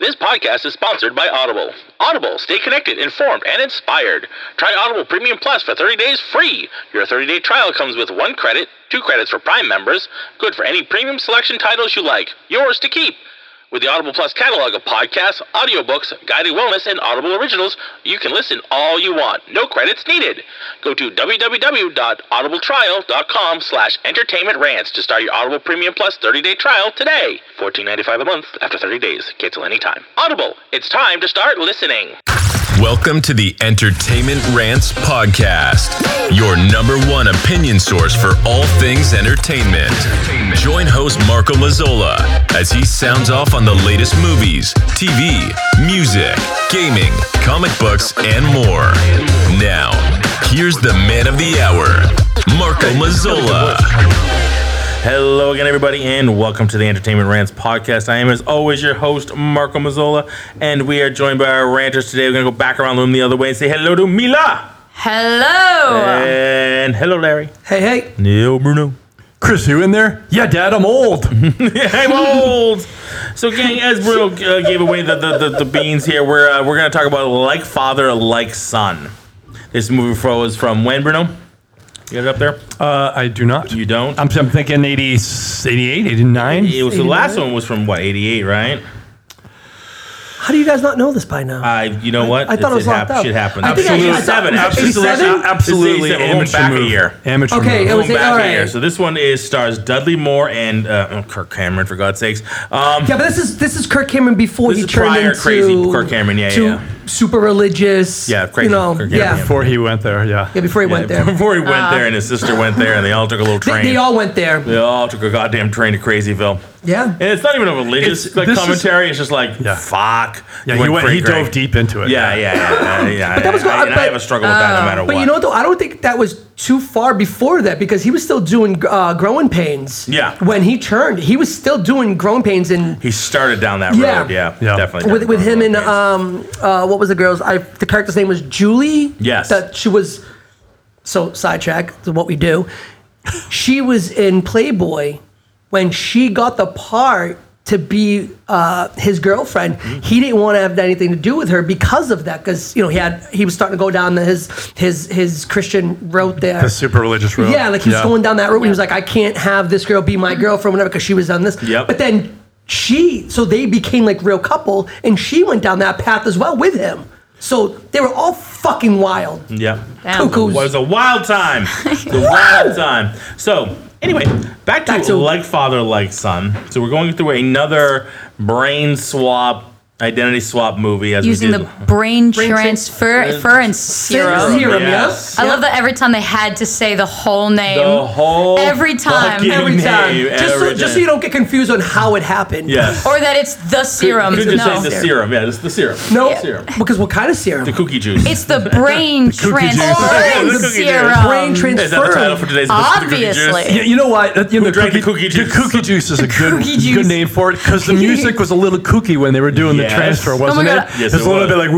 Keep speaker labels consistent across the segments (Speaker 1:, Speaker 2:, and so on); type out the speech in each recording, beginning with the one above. Speaker 1: This podcast is sponsored by Audible. Audible, stay connected, informed, and inspired. Try Audible Premium Plus for 30 days free. Your 30 day trial comes with one credit, two credits for Prime members, good for any premium selection titles you like, yours to keep. With the Audible Plus catalog of podcasts, audiobooks, guided wellness, and Audible originals, you can listen all you want. No credits needed. Go to www.audibletrial.com slash entertainment rants to start your Audible Premium Plus 30-day trial today. $14.95 a month after 30 days. Cancel anytime. Audible, it's time to start listening.
Speaker 2: Welcome to the Entertainment Rants Podcast, your number one opinion source for all things entertainment. Join host Marco Mazzola as he sounds off on the latest movies, TV, music, gaming, comic books, and more. Now, here's the man of the hour, Marco Mazzola.
Speaker 3: Hello again, everybody, and welcome to the Entertainment Rants podcast. I am, as always, your host, Marco Mazzola, and we are joined by our ranters today. We're going to go back around the room the other way and say hello to Mila.
Speaker 4: Hello.
Speaker 3: And hello, Larry.
Speaker 5: Hey, hey.
Speaker 3: Neil Bruno.
Speaker 5: Chris, you in there? Mm-hmm. Yeah, Dad, I'm old.
Speaker 3: I'm old. So, gang, as Bruno uh, gave away the, the, the, the beans here, we're, uh, we're going to talk about Like Father, Like Son. This movie was from when, Bruno? You got it up there?
Speaker 5: Uh, I do not.
Speaker 3: You don't?
Speaker 5: I'm, I'm thinking 80, 88, 89.
Speaker 3: it was the last one was from what, 88, right?
Speaker 6: How do you guys not know this by now?
Speaker 3: I, you know what?
Speaker 6: I thought it was locked up.
Speaker 3: Shit happened.
Speaker 6: I think I-
Speaker 3: absolutely
Speaker 6: I thought-
Speaker 3: seven. Absolutely,
Speaker 6: 87?
Speaker 3: absolutely
Speaker 5: Absolutely
Speaker 3: going
Speaker 5: amateur
Speaker 3: back a
Speaker 5: move.
Speaker 3: year.
Speaker 5: Amateur
Speaker 6: Okay,
Speaker 5: move.
Speaker 6: it was
Speaker 3: Going back
Speaker 6: all
Speaker 3: a year.
Speaker 6: right.
Speaker 3: So this one is stars Dudley Moore and uh, oh, Kirk Cameron, for God's sakes. Um,
Speaker 6: yeah, but this is this is Kirk Cameron before
Speaker 3: This
Speaker 6: he
Speaker 3: is
Speaker 6: turned
Speaker 3: prior
Speaker 6: into
Speaker 3: crazy Kirk Cameron, yeah, yeah,
Speaker 6: to
Speaker 3: yeah.
Speaker 6: super religious.
Speaker 3: Yeah, crazy
Speaker 6: You know,
Speaker 3: Kirk Cameron,
Speaker 6: yeah,
Speaker 3: yeah.
Speaker 6: yeah.
Speaker 5: Before he went there, yeah.
Speaker 6: Before he went there,
Speaker 3: Before he went there, and his sister went there, and they all took a little
Speaker 6: they,
Speaker 3: train.
Speaker 6: they all went there.
Speaker 3: They all took a goddamn train to Crazyville.
Speaker 6: Yeah.
Speaker 3: And it's not even a religious
Speaker 5: It's-
Speaker 3: like,
Speaker 5: this is-
Speaker 3: commentary. it's just like,
Speaker 5: Yeah.
Speaker 3: fuck.
Speaker 5: Yeah, he, went,
Speaker 3: cray
Speaker 5: he
Speaker 3: cray.
Speaker 5: dove deep into it.
Speaker 3: Yeah, yeah, yeah. yeah, yeah,
Speaker 6: that was
Speaker 3: yeah.
Speaker 6: go-
Speaker 3: I, and I
Speaker 6: but- uh,
Speaker 3: have a struggle with that no matter
Speaker 6: But
Speaker 3: what.
Speaker 6: you know, though, I don't think that was too far before that because he was still doing uh, growing pains.
Speaker 3: Yeah.
Speaker 6: When he turned, he was still doing growing pains and
Speaker 3: he started down that
Speaker 6: Yeah.
Speaker 3: road. Yeah,
Speaker 5: Yeah.
Speaker 3: definitely.
Speaker 6: with, with him and
Speaker 3: definitely.
Speaker 6: um uh what was the girl's I the character's name was Julie.
Speaker 3: Yes.
Speaker 6: That she was so sidetrack to what we do. She was in Playboy when she got the part to be uh, his girlfriend. He didn't want to have anything to do with her because of that. Because you know he had he was starting to go down the, his his his Christian road there.
Speaker 5: The super religious road.
Speaker 6: Yeah, like he was going down that road. He was like, I can't have this girl be my girlfriend, whatever, because she was on this.
Speaker 3: Yep.
Speaker 6: But then she, so they became like real couple, and she went down that path as well with him. So they were all fucking wild.
Speaker 3: Yeah.
Speaker 4: Damn.
Speaker 6: Cuckoos.
Speaker 3: was a wild time. The wild time. So anyway, back to,
Speaker 6: Back to-
Speaker 3: like father, like son. So we're going through another brain swap, identity swap movie as
Speaker 4: Using
Speaker 3: we
Speaker 4: the
Speaker 3: did.
Speaker 4: brain,
Speaker 6: tra-
Speaker 4: transfer, fur and serum.
Speaker 3: Yes.
Speaker 6: Serum, yes.
Speaker 4: I love that every time they had to say the whole name.
Speaker 3: the whole
Speaker 4: Every time.
Speaker 3: fucking
Speaker 4: Every
Speaker 6: time.
Speaker 3: name,
Speaker 6: Just so,
Speaker 3: every
Speaker 6: just so
Speaker 3: time.
Speaker 6: you don't get confused on how it happened.
Speaker 3: Yes.
Speaker 4: or that it's the serum.
Speaker 3: Could just
Speaker 4: no.
Speaker 3: say the serum. Yeah, it's the serum.
Speaker 6: No,
Speaker 3: Serum.
Speaker 6: because what kind of serum?
Speaker 3: The cookie juice.
Speaker 4: It's the brain
Speaker 3: Oh, the
Speaker 4: transfer
Speaker 3: cookie juice.
Speaker 4: serum.
Speaker 6: Brain trans-
Speaker 3: Is that the title for today's episode? The cookie juice?
Speaker 4: Obviously.
Speaker 5: Yeah, you know what? Uh, You know,
Speaker 3: drank the cookie juice?
Speaker 5: The cookie juice is a good,
Speaker 4: Cookie juice.
Speaker 5: good name for it because the music was a little kooky when they were doing
Speaker 3: Yes.
Speaker 5: the transfer,
Speaker 3: Oh my
Speaker 5: wasn't
Speaker 4: God.
Speaker 5: it?
Speaker 3: Yes,
Speaker 5: it's
Speaker 3: it
Speaker 5: a little
Speaker 3: was.
Speaker 5: bit like.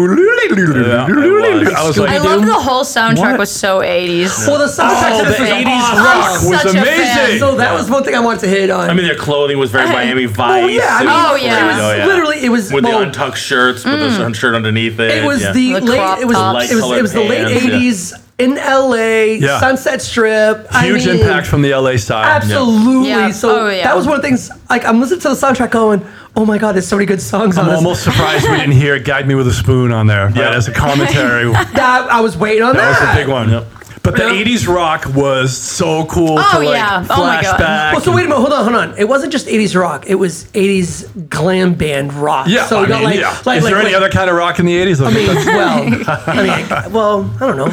Speaker 5: I was
Speaker 4: I
Speaker 5: like,
Speaker 4: love the whole soundtrack
Speaker 5: What?
Speaker 4: was so 80s.
Speaker 6: Well, the soundtrack
Speaker 5: Oh,
Speaker 6: to this
Speaker 5: the
Speaker 6: was
Speaker 5: 80s
Speaker 6: awesome.
Speaker 5: rock
Speaker 4: I'm
Speaker 5: was
Speaker 4: such a fan.
Speaker 5: amazing.
Speaker 6: So that was one thing I wanted to hit on.
Speaker 3: I mean, their clothing was very Miami Vice.
Speaker 6: yeah, I
Speaker 3: It
Speaker 6: mean,
Speaker 4: Oh,
Speaker 3: was
Speaker 4: yeah.
Speaker 3: great.
Speaker 4: it was
Speaker 6: literally- it was
Speaker 3: with
Speaker 6: well- mm.
Speaker 3: the untucked shirts with the sun shirt underneath it.
Speaker 6: It was
Speaker 3: yeah.
Speaker 6: the,
Speaker 4: The crop
Speaker 6: late. It
Speaker 4: tops.
Speaker 6: was, it was. It was the
Speaker 3: Light-colored
Speaker 6: late
Speaker 3: pants, yeah.
Speaker 6: '80s in LA,
Speaker 5: Yeah.
Speaker 6: Sunset Strip. Huge
Speaker 5: huge impact from the LA side.
Speaker 6: Absolutely.
Speaker 4: Yeah.
Speaker 6: So
Speaker 4: Oh, yeah.
Speaker 6: that was one of the things. Like I'm listening to the soundtrack, going, "Oh my god, there's so many good songs on
Speaker 5: I'm
Speaker 6: this."
Speaker 5: almost surprised we didn't hear "Guide Me with a Spoon" on there. right,
Speaker 3: Yeah.
Speaker 5: as a commentary. that
Speaker 6: that I was waiting on that.
Speaker 5: was a big one.
Speaker 3: Yep.
Speaker 5: But the
Speaker 6: Yeah.
Speaker 5: '80s rock was so cool.
Speaker 4: Oh,
Speaker 5: to like
Speaker 4: yeah.
Speaker 5: Flashback.
Speaker 4: Oh, my God.
Speaker 6: Well, so wait a minute. Hold on, hold on. It wasn't just '80s rock. It was '80s glam band rock.
Speaker 5: Yeah.
Speaker 6: So
Speaker 5: I
Speaker 6: we got
Speaker 5: mean,
Speaker 6: like,
Speaker 5: yeah.
Speaker 6: like,
Speaker 5: Is
Speaker 6: like,
Speaker 5: there any
Speaker 6: like-
Speaker 5: other kind of rock in the '80s?
Speaker 6: I mean, well, I mean, well, I don't know.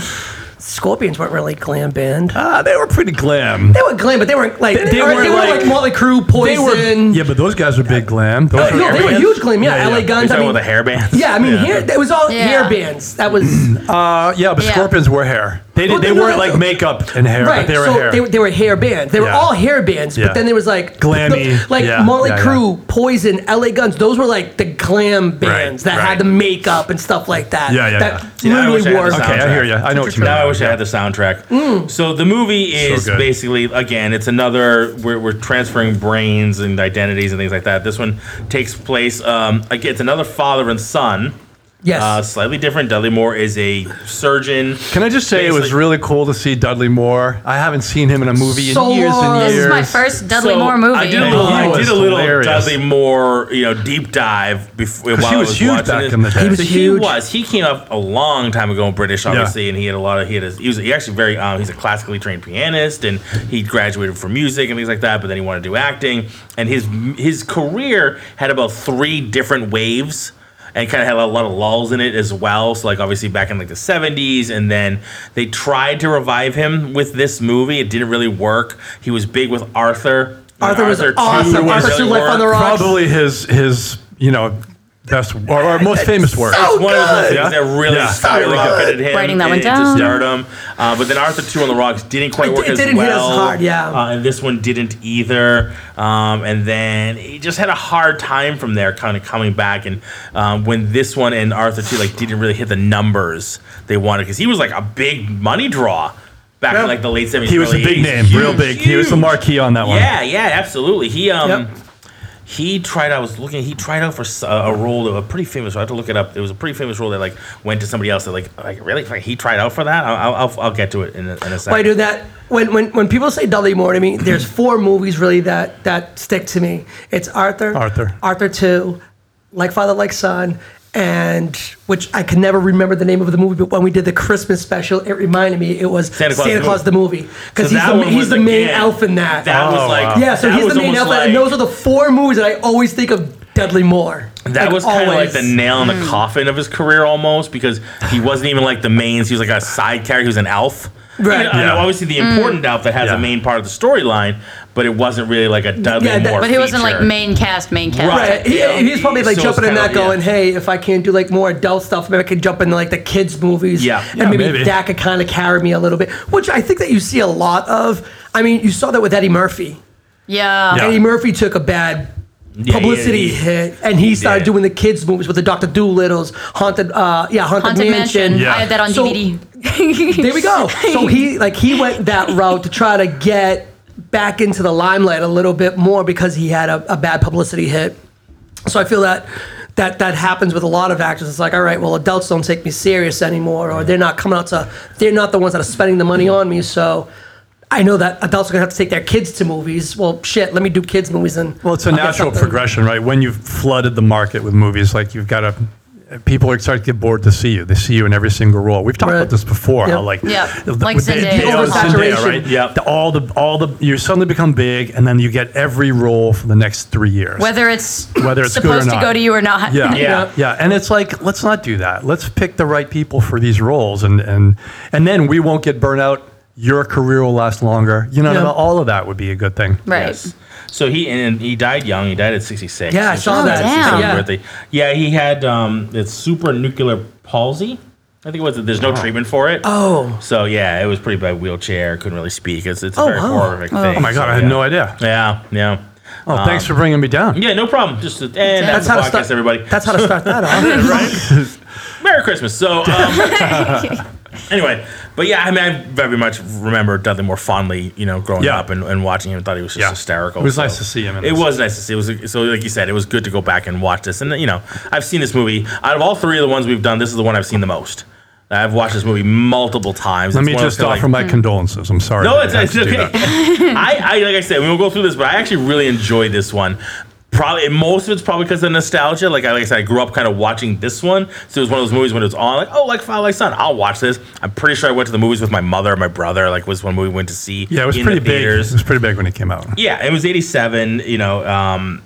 Speaker 6: Scorpions weren't really glam band.
Speaker 5: Ah, they were pretty glam.
Speaker 6: They were glam, but they weren't like
Speaker 5: They-
Speaker 6: they,
Speaker 5: they
Speaker 6: were,
Speaker 5: were
Speaker 6: they were like,
Speaker 5: like-
Speaker 6: Motley Crue,
Speaker 5: They
Speaker 6: Poison.
Speaker 5: were. Yeah, but those guys were big glam. Those
Speaker 6: no, they were
Speaker 5: bands.
Speaker 6: huge glam. Yeah, LA
Speaker 3: Are you
Speaker 6: Guns. I
Speaker 3: talking
Speaker 6: mean,
Speaker 3: about the hair band?
Speaker 6: yeah, I mean,
Speaker 3: Yeah.
Speaker 6: hair. It was all
Speaker 4: Yeah.
Speaker 6: hair bands. That was
Speaker 5: Uh, yeah, but
Speaker 4: Yeah.
Speaker 5: Scorpions wore hair. They,
Speaker 6: Well,
Speaker 5: did, they
Speaker 6: no, no,
Speaker 5: weren't
Speaker 6: no,
Speaker 5: like
Speaker 6: no.
Speaker 5: makeup and hair.
Speaker 6: Right,
Speaker 5: They were
Speaker 6: so
Speaker 5: hair.
Speaker 6: They, they were hair bands. They were
Speaker 5: Yeah.
Speaker 6: all hair bands,
Speaker 5: Yeah.
Speaker 6: but then there was like
Speaker 5: Glammy,
Speaker 6: like
Speaker 5: yeah,
Speaker 6: Motley
Speaker 5: yeah,
Speaker 6: Crue, Poison, L.A. Guns. Those were like the glam bands that
Speaker 5: right.
Speaker 6: had the makeup and stuff like that.
Speaker 5: Yeah, yeah,
Speaker 6: that
Speaker 5: yeah.
Speaker 3: See, now I wish I had
Speaker 6: Literally wore. Mm.
Speaker 3: the
Speaker 5: okay, I hear you.
Speaker 3: soundtrack.
Speaker 5: I know what you mean.
Speaker 3: Now I wish I had the soundtrack. So the movie is
Speaker 5: good.
Speaker 3: basically again, it's another we're, we're transferring brains and identities and things like that. This one takes place um, again. It's another father and son.
Speaker 6: Yes.
Speaker 3: Uh, slightly different. Dudley Moore is a surgeon.
Speaker 5: Can I just say it was
Speaker 3: Basically-
Speaker 5: really cool to see Dudley Moore? I haven't seen him in a movie
Speaker 6: So
Speaker 5: in years
Speaker 6: long.
Speaker 5: and
Speaker 4: This
Speaker 5: years.
Speaker 4: is my first Dudley
Speaker 3: So,
Speaker 4: Moore movie.
Speaker 3: I did a little, I
Speaker 5: He
Speaker 3: did
Speaker 5: was
Speaker 3: a little
Speaker 5: hilarious.
Speaker 3: Dudley Moore, you know, deep dive before while
Speaker 5: he
Speaker 3: I
Speaker 5: was
Speaker 3: was
Speaker 5: huge
Speaker 3: watching
Speaker 5: back
Speaker 3: it.
Speaker 5: in the day.
Speaker 6: He was
Speaker 3: So
Speaker 6: huge.
Speaker 3: He was. He came up a long time ago in British, obviously, and he had a lot of. He had. A, he was he actually very. Um, he's a classically trained pianist, and he graduated from music and things like that. But then he wanted to do acting, and his his career had about three different waves. And kind of had a lot of lulls in it as well. So like obviously back in like the 70s, and then they tried to revive him with this movie. It didn't really work. He was big with Arthur.
Speaker 6: Arthur was
Speaker 3: Arthur
Speaker 6: awesome.
Speaker 3: II
Speaker 6: Arthur
Speaker 3: really
Speaker 6: Two Life on the
Speaker 3: worked.
Speaker 6: Rocks.
Speaker 5: Probably his his you know best or, or most famous work.
Speaker 6: so-
Speaker 3: It's one of those
Speaker 6: good.
Speaker 3: things that really
Speaker 5: Yeah.
Speaker 3: skyrocketed him
Speaker 4: Writing that
Speaker 3: in-
Speaker 4: one
Speaker 3: into
Speaker 4: down.
Speaker 3: stardom. Uh, but then Arthur Two on the Rocks didn't quite
Speaker 6: It-
Speaker 3: work
Speaker 6: it
Speaker 3: as
Speaker 6: didn't hit as
Speaker 3: well.
Speaker 6: hard, yeah.
Speaker 3: Uh, and this one didn't either. Um, and then he just had a hard time from there, kind of coming back. And um, when this one and Arthur Two like didn't really hit the numbers they wanted, because he was like a big money draw back in like the late seventies.
Speaker 5: He was a big name, real big. He was the marquee on that one.
Speaker 3: Yeah, yeah, absolutely. He um
Speaker 6: Yep.
Speaker 3: he tried. I was looking. He tried out for s- uh, a role, of a pretty famous. I had to look it up. It was a pretty famous role that like went to somebody else. That like like really like, he tried out for that. I'll I'll, I'll, I'll get to it in a, in a second.
Speaker 6: Why do that? When, when, when people say Dudley Moore to me, there's four movies really that, that stick to me. It's Arthur,
Speaker 5: Arthur.
Speaker 6: Arthur Two, Like Father Like Son, and which I can never remember the name of the movie. But when we did the Christmas special, it reminded me it was
Speaker 3: Santa
Speaker 6: Santa
Speaker 3: Claus
Speaker 6: Claus,
Speaker 3: the
Speaker 6: the movie because he's,
Speaker 3: that
Speaker 6: the,
Speaker 3: one
Speaker 6: he's
Speaker 3: was,
Speaker 6: the main
Speaker 3: again,
Speaker 6: elf in that. Oh.
Speaker 3: That was like
Speaker 6: yeah, so
Speaker 3: that
Speaker 6: he's
Speaker 3: was
Speaker 6: the main
Speaker 3: almost
Speaker 6: elf, and
Speaker 3: like-
Speaker 6: those are the four movies that I always think of Dudley Moore.
Speaker 3: That
Speaker 6: Like,
Speaker 3: was kind of like the
Speaker 6: always. Hmm.
Speaker 3: nail in the coffin of his career almost because he wasn't even like the main. He was like a side character. He was an elf.
Speaker 6: Right.
Speaker 3: You know,
Speaker 5: Yeah.
Speaker 3: Obviously, the
Speaker 4: Mm.
Speaker 3: important elf that has
Speaker 5: Yeah.
Speaker 3: a main part of the storyline, but it wasn't really like a Dudley
Speaker 6: Yeah, that-
Speaker 3: Moore.
Speaker 4: but he wasn't like
Speaker 3: feature.
Speaker 4: main cast, main cast.
Speaker 3: Right.
Speaker 6: Right. He,
Speaker 3: Yeah.
Speaker 6: he's probably like
Speaker 3: So it's
Speaker 6: jumping in
Speaker 3: kinda-
Speaker 6: that going,
Speaker 3: yeah.
Speaker 6: hey, if I can't do like more adult stuff, maybe I can jump into like the kids' movies.
Speaker 3: Yeah.
Speaker 6: And
Speaker 3: Yeah,
Speaker 6: maybe,
Speaker 5: maybe.
Speaker 6: that could kind of carry me a little bit, which I think that you see a lot of. I mean, you saw that with Eddie Murphy.
Speaker 4: Yeah.
Speaker 5: Yeah.
Speaker 6: Eddie Murphy took a bad
Speaker 3: yeah,
Speaker 6: publicity
Speaker 3: he-
Speaker 6: hit and he started
Speaker 3: did.
Speaker 6: doing the kids' movies with the Dr. Doolittle's Haunted, uh, yeah, Haunted,
Speaker 4: Haunted
Speaker 6: Mansion.
Speaker 4: Mansion.
Speaker 5: Yeah.
Speaker 4: I had that on
Speaker 6: So-
Speaker 4: DVD.
Speaker 6: There we go. So he like he went that route to try to get back into the limelight a little bit more because he had a, a bad publicity hit. So I feel that that that happens with a lot of actors. It's like, all right, well, adults don't take me serious anymore, or they're not coming out to, they're not the ones that are spending the money on me. So I know that adults are gonna have to take their kids to movies. Well, shit, let me do kids movies and
Speaker 5: Well, it's a
Speaker 6: I'll get
Speaker 5: natural
Speaker 6: something.
Speaker 5: progression, right? When you've flooded the market with movies, like you've got to. People are starting to get bored to see you. They see you in every single role. We've talked
Speaker 6: Right.
Speaker 5: about this before.
Speaker 6: Yeah.
Speaker 5: How like
Speaker 4: Yeah.
Speaker 5: the-
Speaker 4: Like
Speaker 5: with the-
Speaker 4: Zendaya.
Speaker 5: the-
Speaker 6: The oversaturation.
Speaker 5: right? Yeah, the, all the all the you suddenly become big, and then you get every role for the next three years.
Speaker 4: Whether it's
Speaker 5: Whether it's good or
Speaker 4: supposed
Speaker 5: not.
Speaker 4: to go to you or not.
Speaker 5: Yeah.
Speaker 3: Yeah.
Speaker 5: Yeah. And it's like, let's not do that. Let's pick the right people for these roles and and and then we won't get burnt out. Your career will last longer. You know,
Speaker 6: Yeah.
Speaker 5: all of that would be a good thing.
Speaker 4: right.
Speaker 3: Yes. So he and he died young. He died at 66.
Speaker 6: Yeah, I
Speaker 3: which
Speaker 6: saw
Speaker 3: is
Speaker 6: that.
Speaker 3: his
Speaker 4: Damn.
Speaker 3: 67th
Speaker 6: Yeah.
Speaker 3: birthday. Yeah, he had um, it's supernuclear palsy. I think it was. There's no treatment for it.
Speaker 6: Oh.
Speaker 3: So yeah, it was pretty bad. Wheelchair, couldn't really speak. It's it's a
Speaker 6: Oh,
Speaker 3: very
Speaker 6: wow.
Speaker 3: horrific thing.
Speaker 5: Oh my God, I had no idea.
Speaker 3: Yeah, yeah.
Speaker 5: Oh, thanks for bringing me down.
Speaker 3: Um, Yeah, no problem. Just and that's,
Speaker 6: That's how
Speaker 3: the
Speaker 6: to
Speaker 3: podcast,
Speaker 6: start-
Speaker 3: everybody.
Speaker 6: That's how to start that off.
Speaker 3: Merry Christmas. So, um, anyway, but yeah, I mean, I very much remember Dudley more fondly, you know, growing
Speaker 5: Yeah.
Speaker 3: up and, and watching him. Thought he was just
Speaker 5: Yeah.
Speaker 3: hysterical.
Speaker 5: It was
Speaker 3: so-
Speaker 5: nice to see him in
Speaker 3: It
Speaker 5: this.
Speaker 3: was nice to see. It was so, like you said, it was good to go back and watch this. And you know, I've seen this movie. Out of all three of the ones we've done, this is the one I've seen the most. I've watched this movie multiple times.
Speaker 5: Let
Speaker 3: It's
Speaker 5: me
Speaker 3: one of
Speaker 5: just
Speaker 3: those kinda
Speaker 5: offer
Speaker 3: like-
Speaker 5: my condolences. I'm sorry.
Speaker 3: no,
Speaker 5: that
Speaker 3: it's,
Speaker 5: you had
Speaker 3: it's
Speaker 5: to do
Speaker 3: okay.
Speaker 5: that.
Speaker 3: I, I like I said, we will go through this, but I actually really enjoyed this one. Probably most of it's probably because of nostalgia. Like I like I said, I grew up kind of watching this one, so it was one of those movies when it was on. Like oh, like Father, like Son, I'll watch this. I'm pretty sure I went to the movies with my mother, my brother. Like was one movie we went to see.
Speaker 5: Yeah, it was
Speaker 3: in
Speaker 5: pretty
Speaker 3: the
Speaker 5: big.
Speaker 3: theaters.
Speaker 5: It was pretty big when it came out.
Speaker 3: Yeah, it was 87. You know, um,